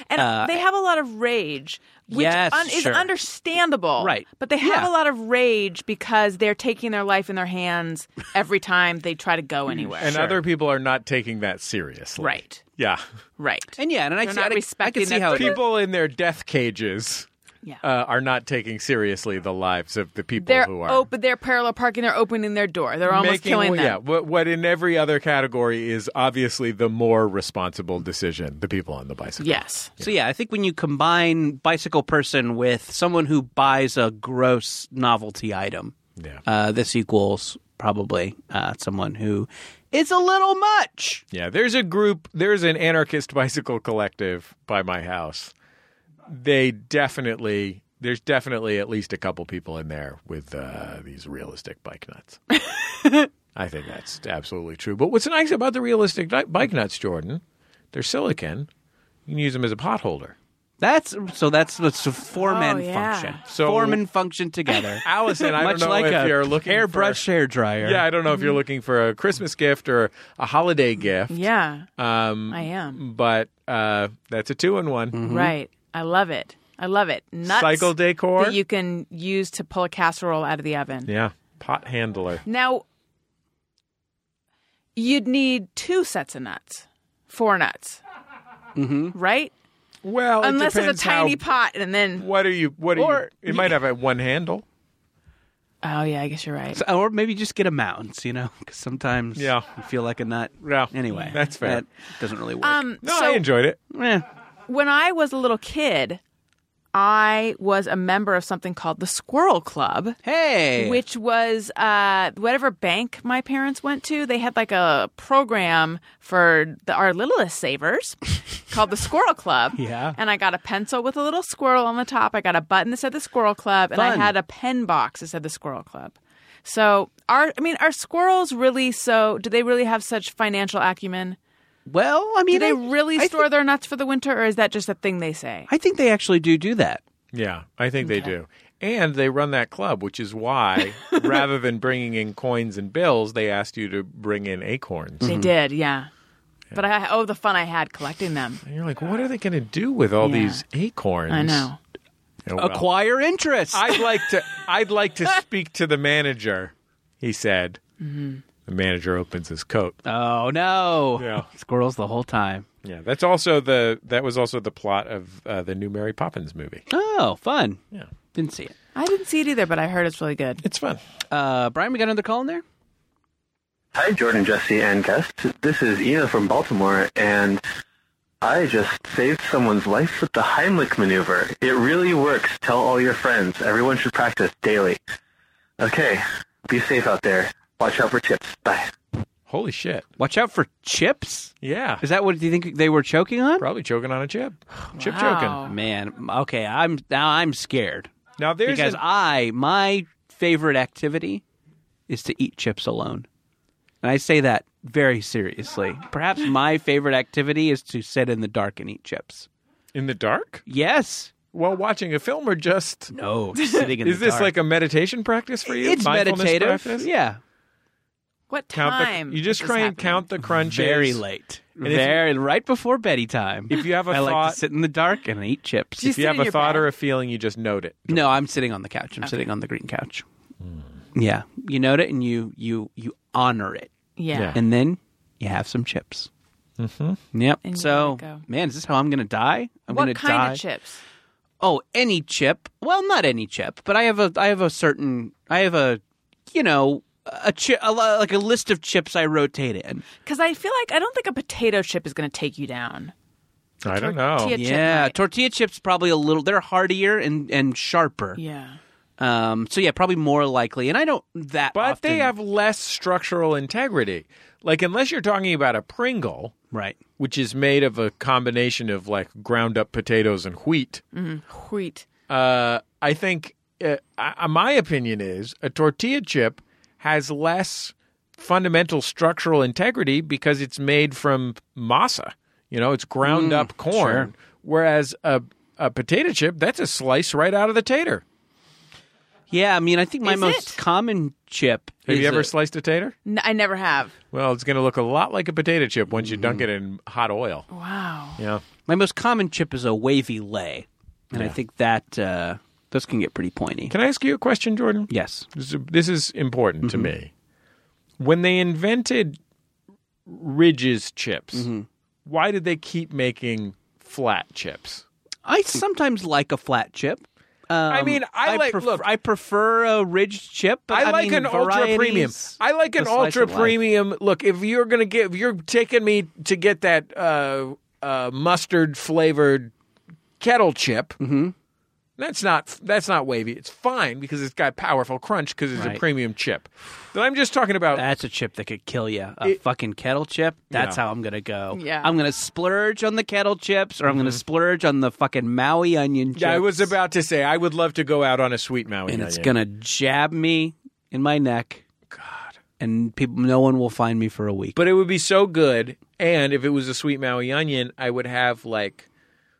S4: And they have a lot of rage, which
S3: uh, Yes,
S4: un- is
S3: sure.
S4: understandable.
S3: Right.
S4: But they have
S3: Yeah.
S4: a lot of rage because they're taking their life in their hands every time they try to go anywhere.
S2: And other people are not taking that seriously.
S4: right.
S2: Yeah.
S4: Right.
S3: And yeah, and I,
S4: They're
S3: see-
S4: not
S3: I, can- I
S4: respecting
S3: can see
S4: their
S3: how it-
S2: People in their death cages
S4: Yeah.
S2: uh, are not taking seriously the lives of the people
S4: they're
S2: who are.
S4: open. They're parallel parking. They're opening their door. They're almost
S2: making,
S4: killing
S2: well,
S4: them.
S2: Yeah, what, what in every other category is obviously the more responsible decision, the people on the bicycle.
S4: Yes.
S3: So yeah, I think when you combine bicycle person with someone who buys a gross novelty item,
S2: Yeah.
S3: uh, this equals probably uh, someone who is a little much.
S2: Yeah, there's a group, there's an anarchist bicycle collective by my house. They definitely, there's definitely at least a couple people in there with uh, these realistic bike nuts. I think that's absolutely true. But what's nice about the realistic di- bike nuts, Jordan, they're silicon. You can use them as a potholder.
S3: That's so. That's that's a foreman
S4: Oh, yeah.
S3: function.
S2: So-
S3: foreman function together.
S2: Allison, I
S3: Much
S2: don't know
S3: like
S2: if
S3: a
S2: you're looking
S3: hairbrush
S2: for, Mm-hmm.
S3: hair dryer.
S2: Yeah, I don't know if you're looking for a Christmas gift or a holiday gift.
S4: Yeah.
S2: Um,
S4: I am.
S2: but uh, that's a two in one.
S4: Right. I love it. I love it. Nuts
S2: Cycle decor.
S4: that you can use to pull a casserole out of the oven.
S2: Yeah, pot handler.
S4: Now, you'd need two sets of nuts, four nuts, mm-hmm. right?
S2: Well, it
S4: Unless it's a
S2: depends
S4: tiny
S2: how-
S4: pot, and then
S2: What are you? What are
S3: Or-
S2: you? It might have a one handle.
S4: oh yeah, I guess you're right.
S3: So- or maybe just get a mounds, you know, because sometimes
S2: Yeah.
S3: you feel like a nut.
S2: Yeah.
S3: Anyway,
S2: That's fair.
S3: That doesn't really work.
S4: Um,
S2: No,
S4: so
S2: I enjoyed it.
S3: Eh,
S4: when I was a little kid, I was a member of something called the Squirrel Club.
S3: hey,
S4: Which was uh, whatever bank my parents went to. They had like a program for the, our littlest savers called the Squirrel Club.
S3: Yeah.
S4: And I got a pencil with a little squirrel on the top. I got a button that said the Squirrel Club, and I
S3: Fun.
S4: had a pen box that said the Squirrel Club. So our, I mean, are squirrels really so? Do they really have such financial acumen?
S3: well, I mean,
S4: Do they
S3: I-
S4: really
S3: I
S4: store
S3: thi-
S4: their nuts for the winter, or is that just a thing they say?
S3: I think they actually do do that.
S2: Oh, Yeah, I think they do. And they run that club, which is why rather than bringing in coins and bills, they asked you to bring in acorns.
S3: Mm-hmm.
S4: They did, yeah. But I oh, the fun I had collecting them.
S2: And you're like, what are they going to do with all
S4: Yeah.
S2: these acorns?
S4: I know.
S2: Oh, well.
S3: Acquire interest.
S2: I'd like to. I'd like to speak to the manager. He said.
S4: Mm-hmm.
S2: The manager opens his coat.
S3: oh no,
S2: Yeah.
S3: squirrels the whole time.
S2: Yeah, that's also the. That was also the plot of uh, the new Mary Poppins movie.
S3: Oh, fun.
S2: Yeah,
S3: Didn't see it.
S4: I didn't see it either, but I heard it's really good.
S2: it's fun.
S3: Uh, Brian, we got another call in there.
S7: Hi, Jordan, Jesse, and guest. This is Ina from Baltimore, and I just saved someone's life with the Heimlich maneuver. It really works. Tell all your friends. Everyone should practice daily. Okay, be safe out there. Watch out for chips. Bye.
S2: Holy shit!
S3: Watch out for chips.
S2: Yeah,
S3: Is that what you think they were choking on?
S2: probably choking on a chip. Chip
S4: Wow.
S2: choking.
S3: Man, okay, I'm now I'm scared
S2: Now there's
S3: because
S2: an-
S3: I my favorite activity is to eat chips alone, and I say that very seriously. Perhaps my favorite activity is to sit in the dark and eat chips.
S2: in the dark
S3: Yes.
S2: while watching a film, or just
S3: No, sitting in
S2: is
S3: the
S2: this
S3: dark.
S2: like a meditation practice for you?
S3: it's
S2: Mindfulness
S3: meditative?
S2: practice?
S3: Yeah,
S4: What
S2: Count the-
S4: time?
S2: you just
S4: is
S2: try and
S4: happening?
S2: count the crunches.
S3: very late,
S2: if-
S3: very right before beddy time.
S2: If you have a
S3: I like
S2: thought-
S3: to sit in the dark and eat chips.
S4: Do you
S2: If you
S4: sit
S2: have
S4: in
S2: a
S4: your
S2: thought
S4: bed?
S2: or a feeling, you just note it.
S3: No, I'm sitting on the couch. I'm sitting on the green couch. Yeah, you note it and you you you honor it,
S4: Yeah.
S2: Yeah.
S3: and then you have some chips. Mm-hmm. Yep.
S4: And you
S3: so,
S4: let it go.
S3: man, is this how I'm going to die? I'm
S4: What
S3: gonna
S4: kind
S3: die.
S4: of chips?
S3: Oh, any chip. Well, not any chip, but I have a I have a certain I have a you know a, chi- a li- like a list of chips I rotate in.
S4: Because I feel like I don't think a potato chip is going to take you down.
S2: I don't know.
S4: tortilla- Chip
S3: yeah,
S4: might.
S3: tortilla chips probably a little. They're heartier and and sharper.
S4: Yeah.
S3: Um. So yeah, probably more likely. And I don't that.
S2: But they
S3: often-
S2: have less structural integrity. Like unless you're talking about a Pringle,
S3: right.
S2: which is made of a combination of like ground up potatoes and wheat.
S4: Wheat.
S2: Uh, I think uh, I, my opinion is a tortilla chip has less fundamental structural integrity because it's made from masa. You know, it's ground up corn. Whereas a a potato chip, that's a slice right out of the tater.
S3: Yeah, I mean, I think my
S4: Is
S3: most
S4: it?
S3: common chip.
S2: Have
S3: is
S2: you ever
S3: a-
S2: sliced a tater?
S4: N- I never have.
S2: Well, it's going to look a lot like a potato chip once you dunk it in hot oil.
S4: Oh. Wow.
S2: Yeah.
S3: my most common chip is a wavy lay, and I think that uh, those can get pretty pointy.
S2: Can I ask you a question, Jordan?
S3: yes.
S2: This is- This is important to me. When they invented Ridges chips, why did they keep making flat chips?
S3: I sometimes like a flat chip. Um, I
S2: mean, I like-
S3: pref-
S2: look-
S3: I prefer a ridged chip. But
S2: I, like
S3: mean,
S2: an ultra premium.
S3: varieties-
S2: I like an
S3: the slice
S2: ultra
S3: of life.
S2: premium. Look, if you're gonna get, if you're taking me to get that uh, uh, mustard flavored kettle chip. That's not that's not wavy. It's fine because it's got powerful crunch because it's
S3: Right.
S2: a premium chip. But I'm just talking about
S3: That's a chip that could kill you. A fucking kettle chip. That's
S2: Yeah.
S3: how I'm gonna go.
S4: Yeah.
S3: I'm gonna splurge on the kettle chips, or I'm gonna splurge on the fucking Maui onion.
S2: Mm-hmm. Yeah, I was
S3: chips.
S2: about to say I would love to go out on a sweet Maui.
S3: and it's
S2: onion.
S3: gonna jab me in my neck. God. And people, no one will find me for a week.
S2: but it would be so good. And if it was a sweet Maui onion, I would have like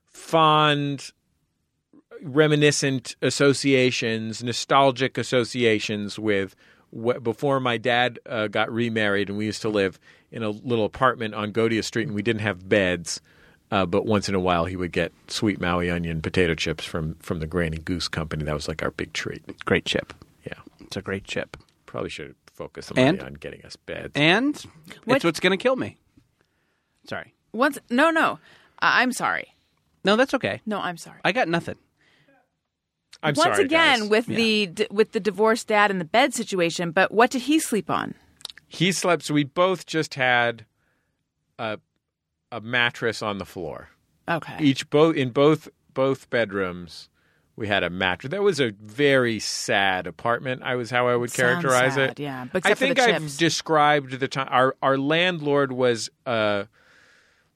S2: fond, reminiscent associations, nostalgic associations with. wh- Before my dad uh, got remarried, and we used to live in a little apartment on Godia Street, and we didn't have beds, uh, but once in a while he would get sweet Maui onion potato chips from from the Granny Goose Company. That was like our big treat.
S3: great chip.
S2: Yeah,
S3: It's a great chip.
S2: probably should focus the money
S3: And-
S2: on getting us beds.
S3: And
S4: What-
S3: it's what's going to kill me. Sorry.
S4: Once, no, no. I I'm sorry.
S3: No, that's okay.
S4: No, I'm sorry.
S3: I got nothing.
S2: I'm
S4: Once
S2: sorry,
S4: again,
S2: guys.
S4: with the d- with the divorced dad and the bed situation, but what did he sleep on?
S2: he slept. So we both just had a a mattress on the floor.
S4: Okay.
S2: Each both in both both bedrooms, we had a mattress. That was a very sad apartment. I was how I would
S4: Sounds
S2: characterize
S4: sad,
S2: it.
S4: yeah.
S2: I
S4: Except for the
S2: think I've
S4: chips.
S2: described the time. Our our landlord was uh,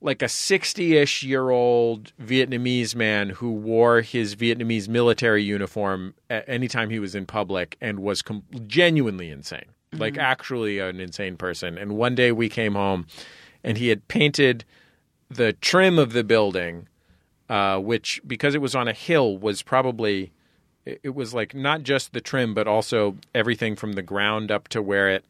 S2: like a sixty-ish year old Vietnamese man who wore his Vietnamese military uniform a- anytime he was in public and was com- genuinely insane,
S4: Mm-hmm.
S2: like actually an insane person. And one day we came home, and he had painted the trim of the building, uh, which because it was on a hill was probably it it was like not just the trim but also everything from the ground up to where it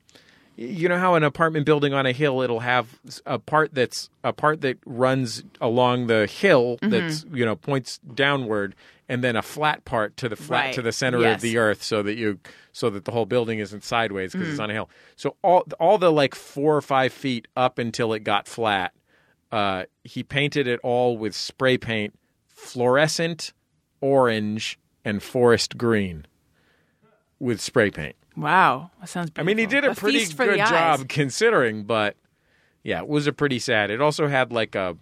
S2: you know how an apartment building on a hill it'll have s- a part that's a part that runs along the hill
S4: Mm-hmm.
S2: that's you know points downward and then a flat part to the flat
S4: Right.
S2: to the center of
S4: Yes.
S2: the earth so that you so that the whole building isn't sideways because
S4: Mm.
S2: it's on a hill so all all the like four or five feet up until it got flat uh, he painted it all with spray paint fluorescent orange and forest green with spray paint
S4: Wow, that sounds.
S2: I
S4: Beautiful.
S2: mean, he did a pretty
S4: feast for
S2: good
S4: the eyes.
S2: job considering, but yeah, it was a pretty sad. It also had like a,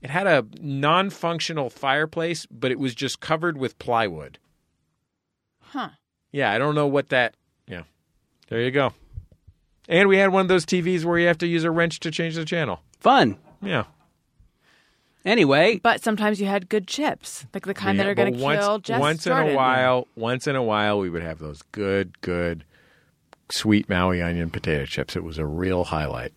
S2: it had a non-functional fireplace, but it was just covered with plywood.
S4: Huh.
S2: Yeah, I don't know what that. Yeah, there you go. And we had one of those TVs where you have to use a wrench to change the channel.
S3: Fun.
S2: Yeah,
S3: Anyway,
S4: But sometimes you had good chips, like the kind that
S2: Yeah,
S4: are going
S2: but
S4: to
S2: once,
S4: kill Jeff
S2: Once in
S4: Jordan.
S2: a while, once in a while, we would have those good, good, sweet Maui onion potato chips. It was a real highlight.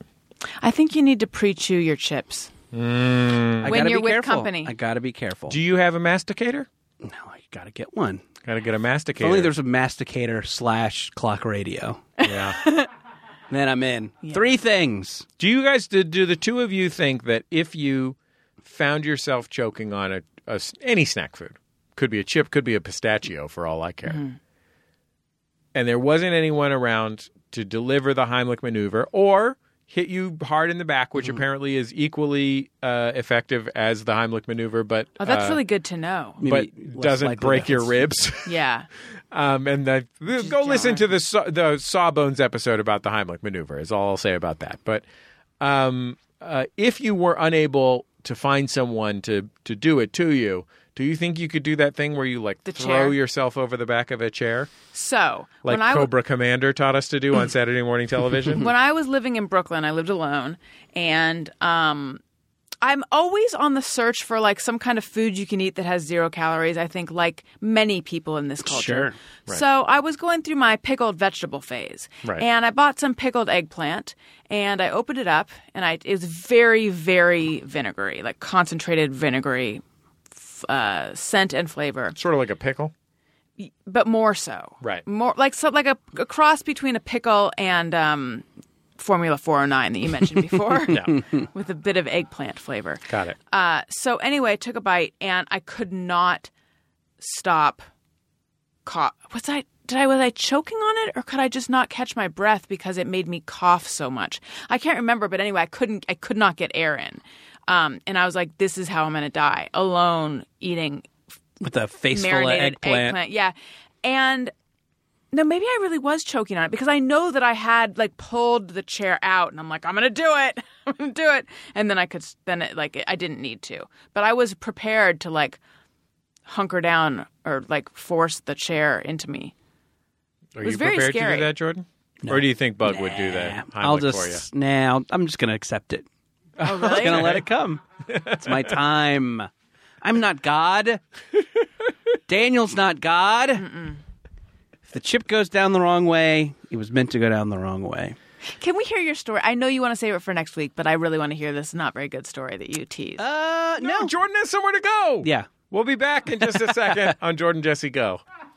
S4: I think you need to pre-chew your chips.
S3: I
S4: When
S3: gotta
S4: you're
S3: be
S4: with
S3: careful.
S4: company.
S3: I gotta be careful.
S2: Do you have a masticator?
S3: no, I gotta get one.
S2: Gotta get a
S3: If
S2: masticator.
S3: only there's a masticator slash clock radio.
S2: yeah.
S3: Then I'm in. Three things.
S2: do you guys do, do the two of you think that if you found yourself choking on a, a s- any snack food, could be a chip, could be a pistachio, for all I care, and there wasn't anyone around to deliver the Heimlich maneuver or hit you hard in the back, which apparently is equally uh, effective as the Heimlich maneuver, but
S4: Oh, that's
S2: uh,
S4: really good to know.
S3: Maybe
S2: but
S3: less
S2: doesn't
S3: likely
S2: break your
S3: difference.
S2: ribs.
S4: Yeah.
S2: Um, and the, the- go listen to the saw- the Sawbones episode about the Heimlich maneuver is all I'll say about that. But um, uh, if you were unable to find someone to to do it to you, do you think you could do that thing where you like
S4: The
S2: throw
S4: chair?
S2: yourself over the back of a chair,
S4: So
S2: like
S4: when I w-
S2: Cobra Commander taught us to do on Saturday morning television?
S4: when I was living in Brooklyn, I lived alone, and um, I'm always on the search for like some kind of food you can eat that has zero calories. I think like many people in this culture.
S3: Sure.
S4: So I was going through my pickled vegetable phase,
S2: Right.
S4: and I bought some pickled eggplant, and I opened it up, and I it was very very vinegary, like concentrated vinegary. f- Uh, scent and flavor,
S2: sort of like a pickle.
S4: but more so,
S2: Right.
S4: More like so, like a, a cross between a pickle and um, Formula 409 that you mentioned before, with a bit of eggplant flavor.
S2: Got it.
S4: Uh, so anyway, I took a bite and I could not stop. Cough. Was I? Did I? Was I choking on it, or could I just not catch my breath because it made me cough so much? I can't remember, but anyway, I couldn't. I could not get air in, um, and I was like, "This is how I'm going to die alone, eating
S3: With a face full of
S4: marinated
S3: eggplant.
S4: Yeah, and no, maybe I really was choking on it because I know that I had like pulled the chair out, and I'm like, I'm gonna do it, I'm gonna do it, and then I could, s- then it, like I didn't need to, but I was prepared to like hunker down or like force the chair into me.
S2: Are
S4: was
S2: you
S4: very
S2: prepared to
S4: scary.
S2: do that, Jordan? Or do you think Bug would do
S3: Yeah,
S2: that? Heimlich
S3: I'll
S2: for you?
S3: just now. I'm just gonna accept it.
S4: Oh, really?
S3: Gonna let it come. It's my time. I'm not God. Daniel's not God. If the chip goes down the wrong way, it was meant to go down the wrong way.
S4: Can we hear your story? I know you want to save it for next week, but I really want to hear this not very good story that you teased.
S3: Uh, no.
S2: Oh, Jordan has somewhere to go.
S3: Yeah.
S2: We'll be back in just a second on Jordan Jesse Go.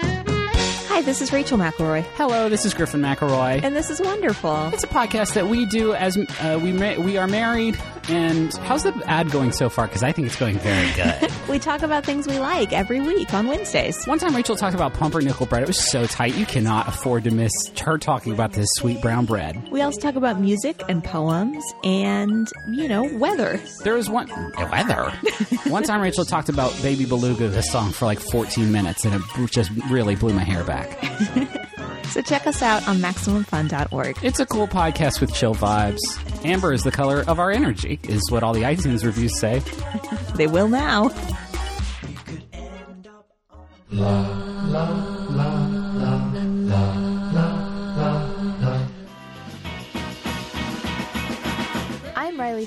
S8: Hi, this is Rachel McElroy,
S9: Hello, this is Griffin McElroy.
S8: and this is wonderful.
S9: It's a podcast that we do as uh, we ma- we are married. And how's the ad going so far? Because I think it's going very good.
S8: We talk about things we like every week on Wednesdays.
S9: One time Rachel talked about pumpernickel bread. It was so tight. You cannot afford to miss her talking about this sweet brown bread.
S8: We also talk about music and poems and, you know, weather.
S9: There was one weather. one time Rachel talked about Oh, Baby Beluga, the song, for like 14 minutes, and it just really blew my hair back.
S8: So check us out on MaximumFun.org.
S9: It's a cool podcast with chill vibes. Amber is the color of our energy, is what all the iTunes reviews say.
S8: They will now.
S10: I'm Riley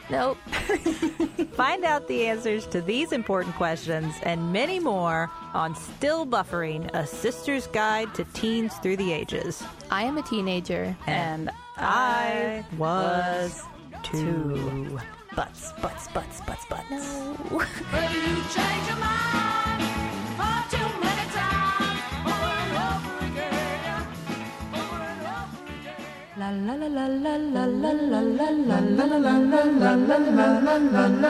S11: Nope.
S10: Find out the answers to these important questions and many more on Still Buffering, a sister's guide to teens through the ages.
S11: I am a teenager.
S10: And I was two. Butts, butts, butts, butts, butts.
S1: La la la la la la la la la la la la la la la la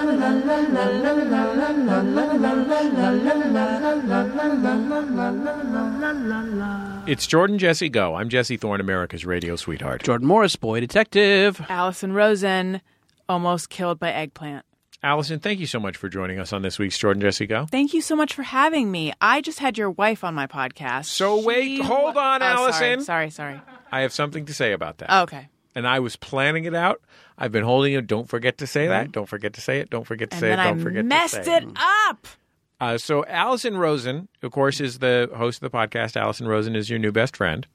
S2: It's Jordan Jesse Go. I'm Jesse Thorne, America's radio sweetheart.
S3: Jordan Morris, boy detective.
S4: Allison Rosen almost killed by eggplant.
S2: Allison, thank you so much for joining us on this week's Jordan Jesse Go.
S4: Thank you so much for having me. I just had your wife on my podcast.
S2: So wait,
S4: She
S2: hold
S4: wa-
S2: on,
S4: Oh,
S2: Allison.
S4: Sorry, sorry. sorry.
S2: I have something to say about that.
S4: Oh, okay.
S2: and I was planning it out. I've been holding it. Don't forget to say that. Don't forget to say it. Don't forget to
S4: And
S2: say
S4: then
S2: it.
S4: I
S2: Don't forget to
S4: messed
S2: say
S4: it up.
S2: Uh, so Allison Rosen, of course, is the host of the podcast. Allison Rosen is your new best friend.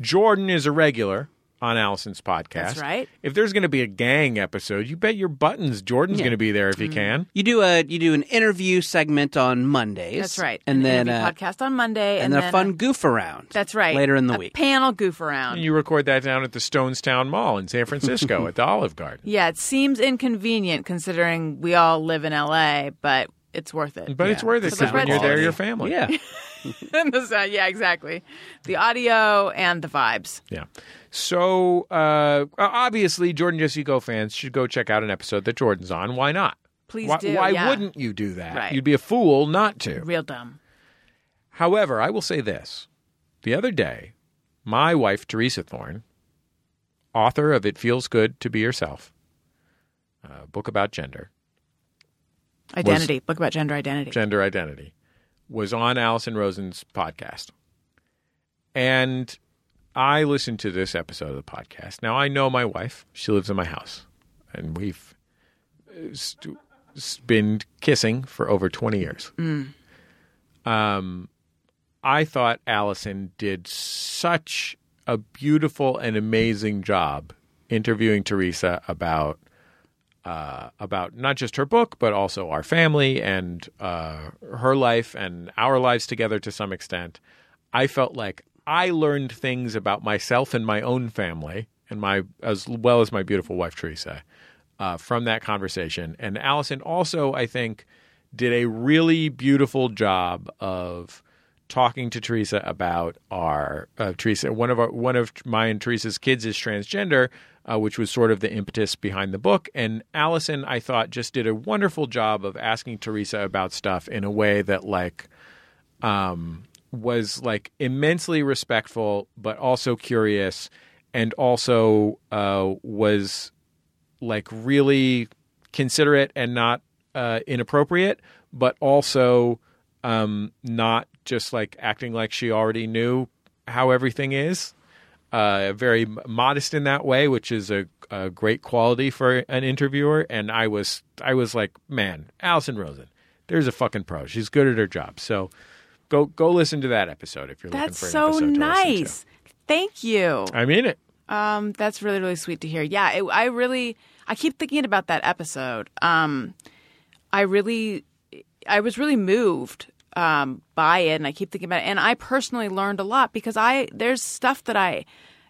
S2: Jordan is a regular on Allison's podcast.
S4: That's right.
S2: If there's going to be a gang episode, you bet your buttons Jordan's going to be there if
S4: Mm.
S2: he can.
S3: You do a you do an interview segment on Mondays.
S4: That's right.
S3: And
S4: An
S3: then
S4: interview
S3: uh,
S4: podcast on Monday,
S3: and,
S4: and,
S3: a
S4: then
S3: fun goof around.
S4: that's right.
S3: Later in the
S4: a
S3: week.
S4: panel goof around.
S2: And you record that down at the Stonestown Mall in San Francisco at the Olive Garden.
S4: yeah, it seems inconvenient considering we all live in LA, but it's worth it.
S2: But it's worth it
S4: So the
S2: because when you're there,
S4: quality.
S2: you're family.
S3: yeah.
S4: The sound- yeah, exactly. The audio and the vibes.
S2: Yeah. So uh, obviously, Jordan Jesse Go fans should go check out an episode that Jordan's on. Why not?
S4: Please
S2: why,
S4: do,
S2: Why
S4: yeah.
S2: wouldn't you do that?
S4: Right.
S2: You'd be a fool not to.
S4: Real dumb.
S2: However, I will say this: the other day, my wife Teresa Thorne, author of "It Feels Good to Be Yourself," a book about gender,
S4: Identity. Book about gender identity.
S2: gender identity, was on Allison Rosen's podcast. And I listened to this episode of the podcast. Now, I know my wife. She lives in my house. And we've uh, st- s- been kissing for over 20 years. Um, I thought Allison did such a beautiful and amazing job interviewing Teresa about uh, about not just her book, but also our family and uh, her life and our lives together to some extent. I felt like I learned things about myself and my own family, and my as well as my beautiful wife Teresa, uh, from that conversation. And Allison also, I think, did a really beautiful job of talking to Teresa about our uh, Teresa one of our one of my and Teresa's kids is transgender, uh, which was sort of the impetus behind the book. And Allison, I thought, just did a wonderful job of asking Teresa about stuff in a way that like um, was like immensely respectful, but also curious, and also uh, was like really considerate and not uh, inappropriate, but also um, not just like acting like she already knew how everything is. Uh, very m- modest in that way, which is a, a great quality for an interviewer. And I was, I was like, man, Allison Rosen, there's a fucking pro. She's good at her job. So go, go listen to that episode if you're
S4: That's
S2: looking for an
S4: so
S2: episode to listen to.
S4: nice. Thank you.
S2: I mean it.
S4: Um, that's really really sweet to hear. Yeah, it, I really I keep thinking about that episode. Um, I really I was really moved um, by it, and I keep thinking about it. And I personally learned a lot because I there's stuff that I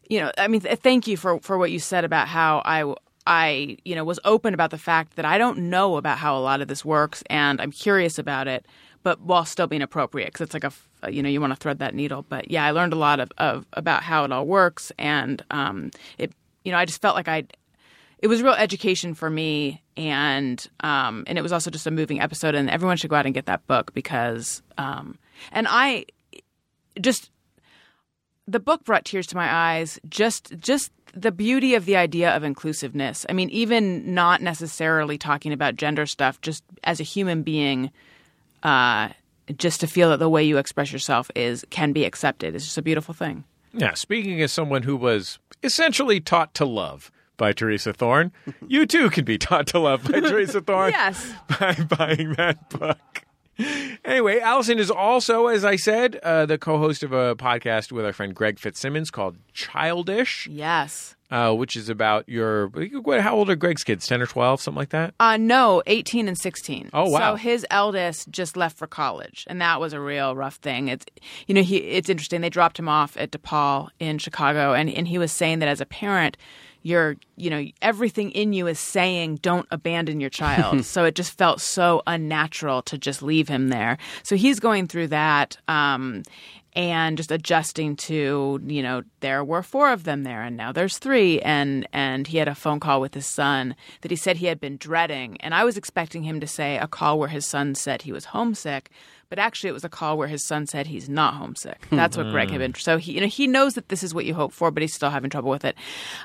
S4: you know, I mean, th- thank you for for what you said about how I I you know was open about the fact that I don't know about how a lot of this works, and I'm curious about it, but while still being appropriate because it's like a f- you know you want to thread that needle. But yeah, I learned a lot of, of about how it all works, and um, it you know I just felt like I it was real education for me and um and it was also just a moving episode and everyone should go out and get that book because um and i just the book brought tears to my eyes just just the beauty of the idea of inclusiveness i mean even not necessarily talking about gender stuff just as a human being uh just to feel that the way you express yourself is can be accepted is just a beautiful thing
S2: Yeah, speaking as someone who was essentially taught to love by Teresa Thorne, you too can be taught to love by Teresa Thorne
S4: yes
S2: by buying that book. Anyway, Allison is also, as I said, uh, the co host of a podcast with our friend Greg Fitzsimmons called Childish,
S4: yes
S2: uh, which is about your. What, how old are Greg's kids? 10 or 12, something like that?
S4: Uh, no, 18 and 16.
S2: Oh, wow.
S4: So his eldest just left for college, and that was a real rough thing. It's you know, he it's interesting. They dropped him off at DePaul in Chicago and and he was saying that as a parent, you're, you know, everything in you is saying don't abandon your child. so it just felt so unnatural to just leave him there. So he's going through that um and just adjusting to you know there were four of them there and now there's three and and he had a phone call with his son that he said he had been dreading and i was expecting him to say a call where his son said he was homesick but actually it was a call where his son said he's not homesick that's what greg had been so he you know he knows that this is what you hope for but he's still having trouble with it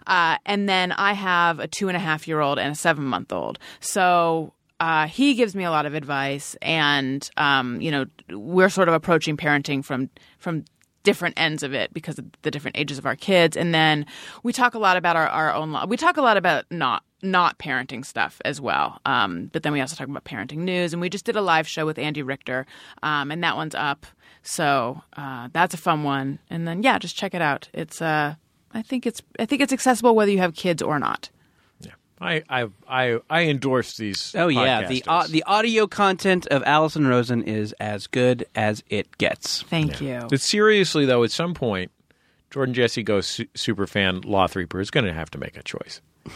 S4: uh, and then i have a two and a half year old and a seven month old so uh, he gives me a lot of advice, and um, you know, we're sort of approaching parenting from from different ends of it because of the different ages of our kids, and then we talk a lot about our, our own. Li- we talk a lot about not not parenting stuff as well, um, but then we also talk about parenting news, and we just did a live show with Andy Richter, um, and that one's up. So uh, that's a fun one, and then yeah, just check it out. It's uh, I think it's I think it's accessible whether you have kids or not.
S2: I I I, I endorse these.
S3: Oh yeah, the
S2: podcasters.
S3: au- the audio content of Allison Rosen is as good as it gets.
S4: Thank you.
S2: But seriously, though, at some point, Jordan Jesse Go's su- superfan Law Threeper is going to have to make a choice.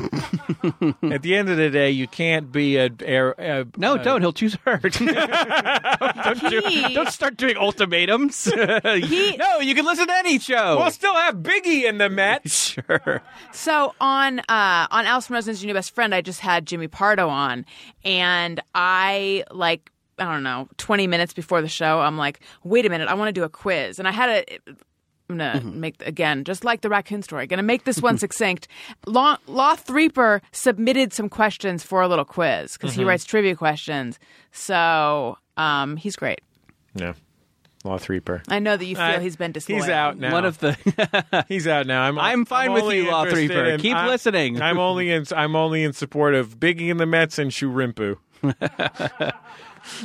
S2: at the end of the day, you can't be a. a, a
S3: No,
S2: a-
S3: don't. He'll choose her. don't, do,
S4: He-
S3: not start doing ultimatums. no, you can listen to any show.
S2: We'll still have Biggie in the Mets.
S3: sure.
S4: So on uh, on Alison Rosen's Your New Best Friend, I just had Jimmy Pardo on, and I like I don't know twenty minutes before the show, I'm like, wait a minute, I want to do a quiz, and I had a. I'm gonna
S3: Mm-hmm.
S4: make again, just like the raccoon story. Gonna make this one succinct. Law, Law Threeper submitted some questions for a little quiz because
S3: Mm-hmm.
S4: he writes trivia questions. So um, he's great.
S2: No, Law Threeper.
S4: I know that you feel
S3: Uh,
S2: I-
S4: he's been disloyal.
S2: He's out now.
S3: One of the
S2: he's out now. I'm
S3: I'm fine with
S2: only
S3: you, Law
S2: interested
S3: Threeper.
S2: in-
S3: Keep
S2: I'm-
S3: listening.
S2: I'm only in. I'm only in support of Biggie and the Mets and Shurimpu.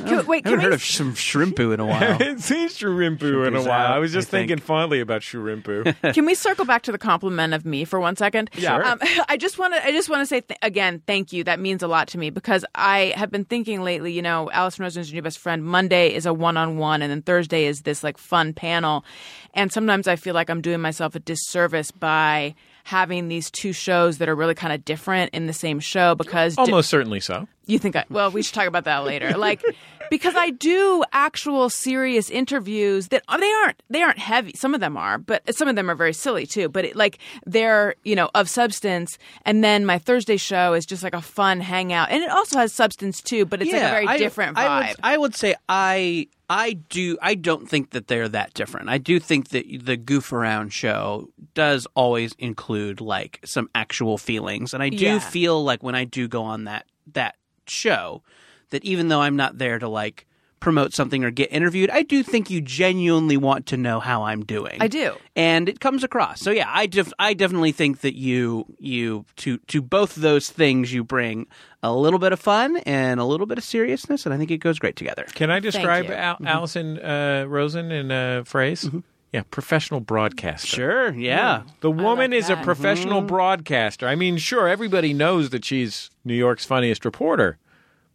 S4: Can- wait,
S3: I
S4: can
S3: haven't
S4: we
S3: heard of some shrimpoo in a
S2: I
S3: while.
S2: haven't seen Shurimpu in a
S3: Shurimpu's
S2: while.
S3: out,
S2: Oh. I was just
S3: I think.
S2: thinking fondly about Shurimpu.
S4: Can we circle back to the compliment of me for one second?
S2: Yeah. Sure.
S4: Um, I just want to. I just want to say th- again, thank you. That means a lot to me because I have been thinking lately. You know, Alison Rosen's your new best friend. Monday is a one-on-one, and then Thursday is this like fun panel. And sometimes I feel like I'm doing myself a disservice by having these two shows that are really kind of different in the same show because di-
S2: Almost certainly so.
S4: you think I well, we should talk about that later. Like because I do actual serious interviews that oh, they aren't they aren't heavy. Some of them are, but some of them are very silly too. But it, like they're, you know, of substance and then my Thursday show is just like a fun hangout. And it also has substance too, but it's like a very
S3: I-
S4: different vibe.
S3: I would, I would say I I do I don't think that they're that different. I do think that the goof around show does always include like some actual feelings, and I do
S4: Yeah.
S3: feel like when I do go on that that show, that even though I'm not there to like promote something or get interviewed, I do think you genuinely want to know how I'm doing.
S4: I do.
S3: and it comes across. So yeah, I def- I definitely think that you you to to both those things you bring a little bit of fun and a little bit of seriousness, and I think it goes great together.
S2: Can I describe
S4: you.
S3: Mm-hmm.
S2: Al- Allison uh, Rosen in a phrase? Yeah, professional broadcaster.
S3: Sure, Mm-hmm. yeah.
S2: The woman is a
S4: that.
S2: professional broadcaster. I mean, sure, everybody knows that she's New York's funniest reporter,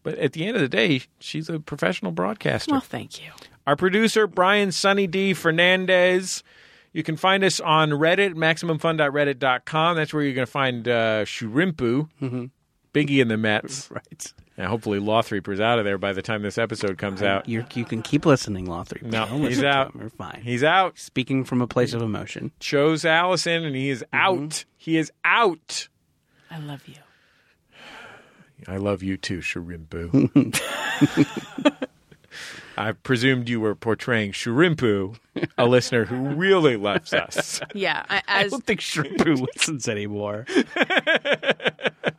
S2: but at the end of the day, she's a professional broadcaster.
S4: well, thank you.
S2: Our producer, Brian Sunny D. Fernandez. You can find us on Reddit, maximumfun.reddit.com. That's where you're going to find uh, Shurimpu, Biggie and the Mets.
S3: Mm-hmm. right.
S2: Now, hopefully, Law Threeper's out of there by the time this episode comes out.
S3: You're, you can keep listening, Law Three.
S2: No,
S3: Don't listen
S2: he's
S3: to
S2: out.
S3: him. We're fine.
S2: He's out.
S3: Speaking from a place of emotion.
S2: Chose Allison, and he is
S3: Mm-hmm.
S2: out. He is out.
S4: I love you.
S2: I love you too, Shurimpu. I presumed you were portraying Shurimpu, a listener who really loves us.
S4: Yeah, I,
S3: I
S4: as
S3: don't think Shrimpu listens anymore.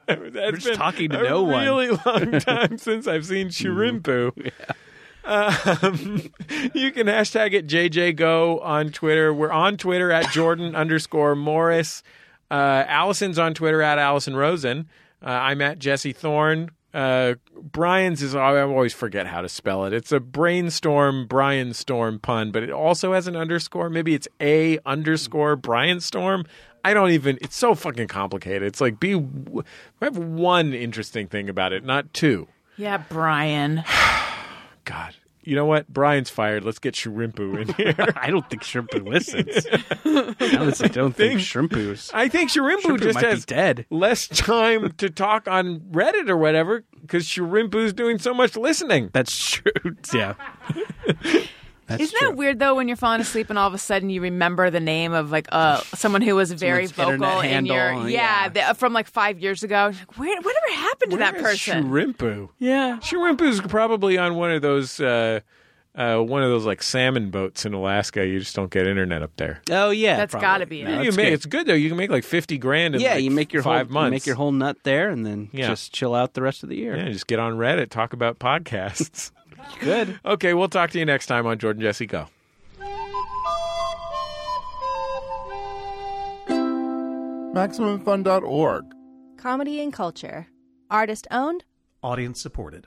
S2: We're
S3: just talking to no one. Mm-hmm.
S2: really long time since I've seen Shurimpu. Um, you can hashtag it JJGo on Twitter. We're on Twitter at Jordan underscore Morris. Uh, Allison's on Twitter at Allison Rosen. Uh, I'm at Jesse Thorne. Uh, Brian's is, I always forget how to spell it. It's a brainstorm Brian Storm pun, but it also has an underscore. Maybe it's A underscore Brian Storm. I don't even, it's so fucking complicated. It's like, be, have one interesting thing about it, not two.
S4: yeah, Brian.
S2: God. You know what? Brian's fired. Let's get Shrimpu in here.
S3: I don't think Shrimpu listens. Honestly, I don't think Shrimpu's.
S2: I think Shrimpu,
S3: Shrimpu
S2: just
S3: might be
S2: has
S3: dead.
S2: less time to talk on Reddit or whatever because Shrimpu's doing so much listening.
S3: That's true. Yeah. That's
S4: Isn't
S3: true.
S4: that weird though? When you're falling asleep and all of a sudden you remember the name of like uh someone who was very
S3: Someone's
S4: vocal
S3: internet
S4: in your
S3: handle,
S4: yeah,
S3: yeah.
S4: the- uh, from like five years ago. You're Like, Where whatever happened to that person?
S2: Shrimpu.
S4: yeah,
S2: Shrimpu's probably on one of those, uh, uh, one of those like salmon boats in Alaska. You just don't get internet up there.
S3: Oh yeah,
S4: That's
S3: that's
S4: gotta be it.
S2: you make, It's good though. You can make like fifty grand in
S3: yeah,
S2: like,
S3: you make your
S2: five
S3: whole,
S2: months.
S3: You make your whole nut there, and then
S2: Yeah.
S3: just chill out the rest of the year.
S2: yeah, just get on Reddit, talk about podcasts.
S3: Good.
S2: okay, we'll talk to you next time on Jordan Jesse Go.
S12: MaximumFun.org.
S11: Comedy and culture. Artist owned.
S13: Audience supported.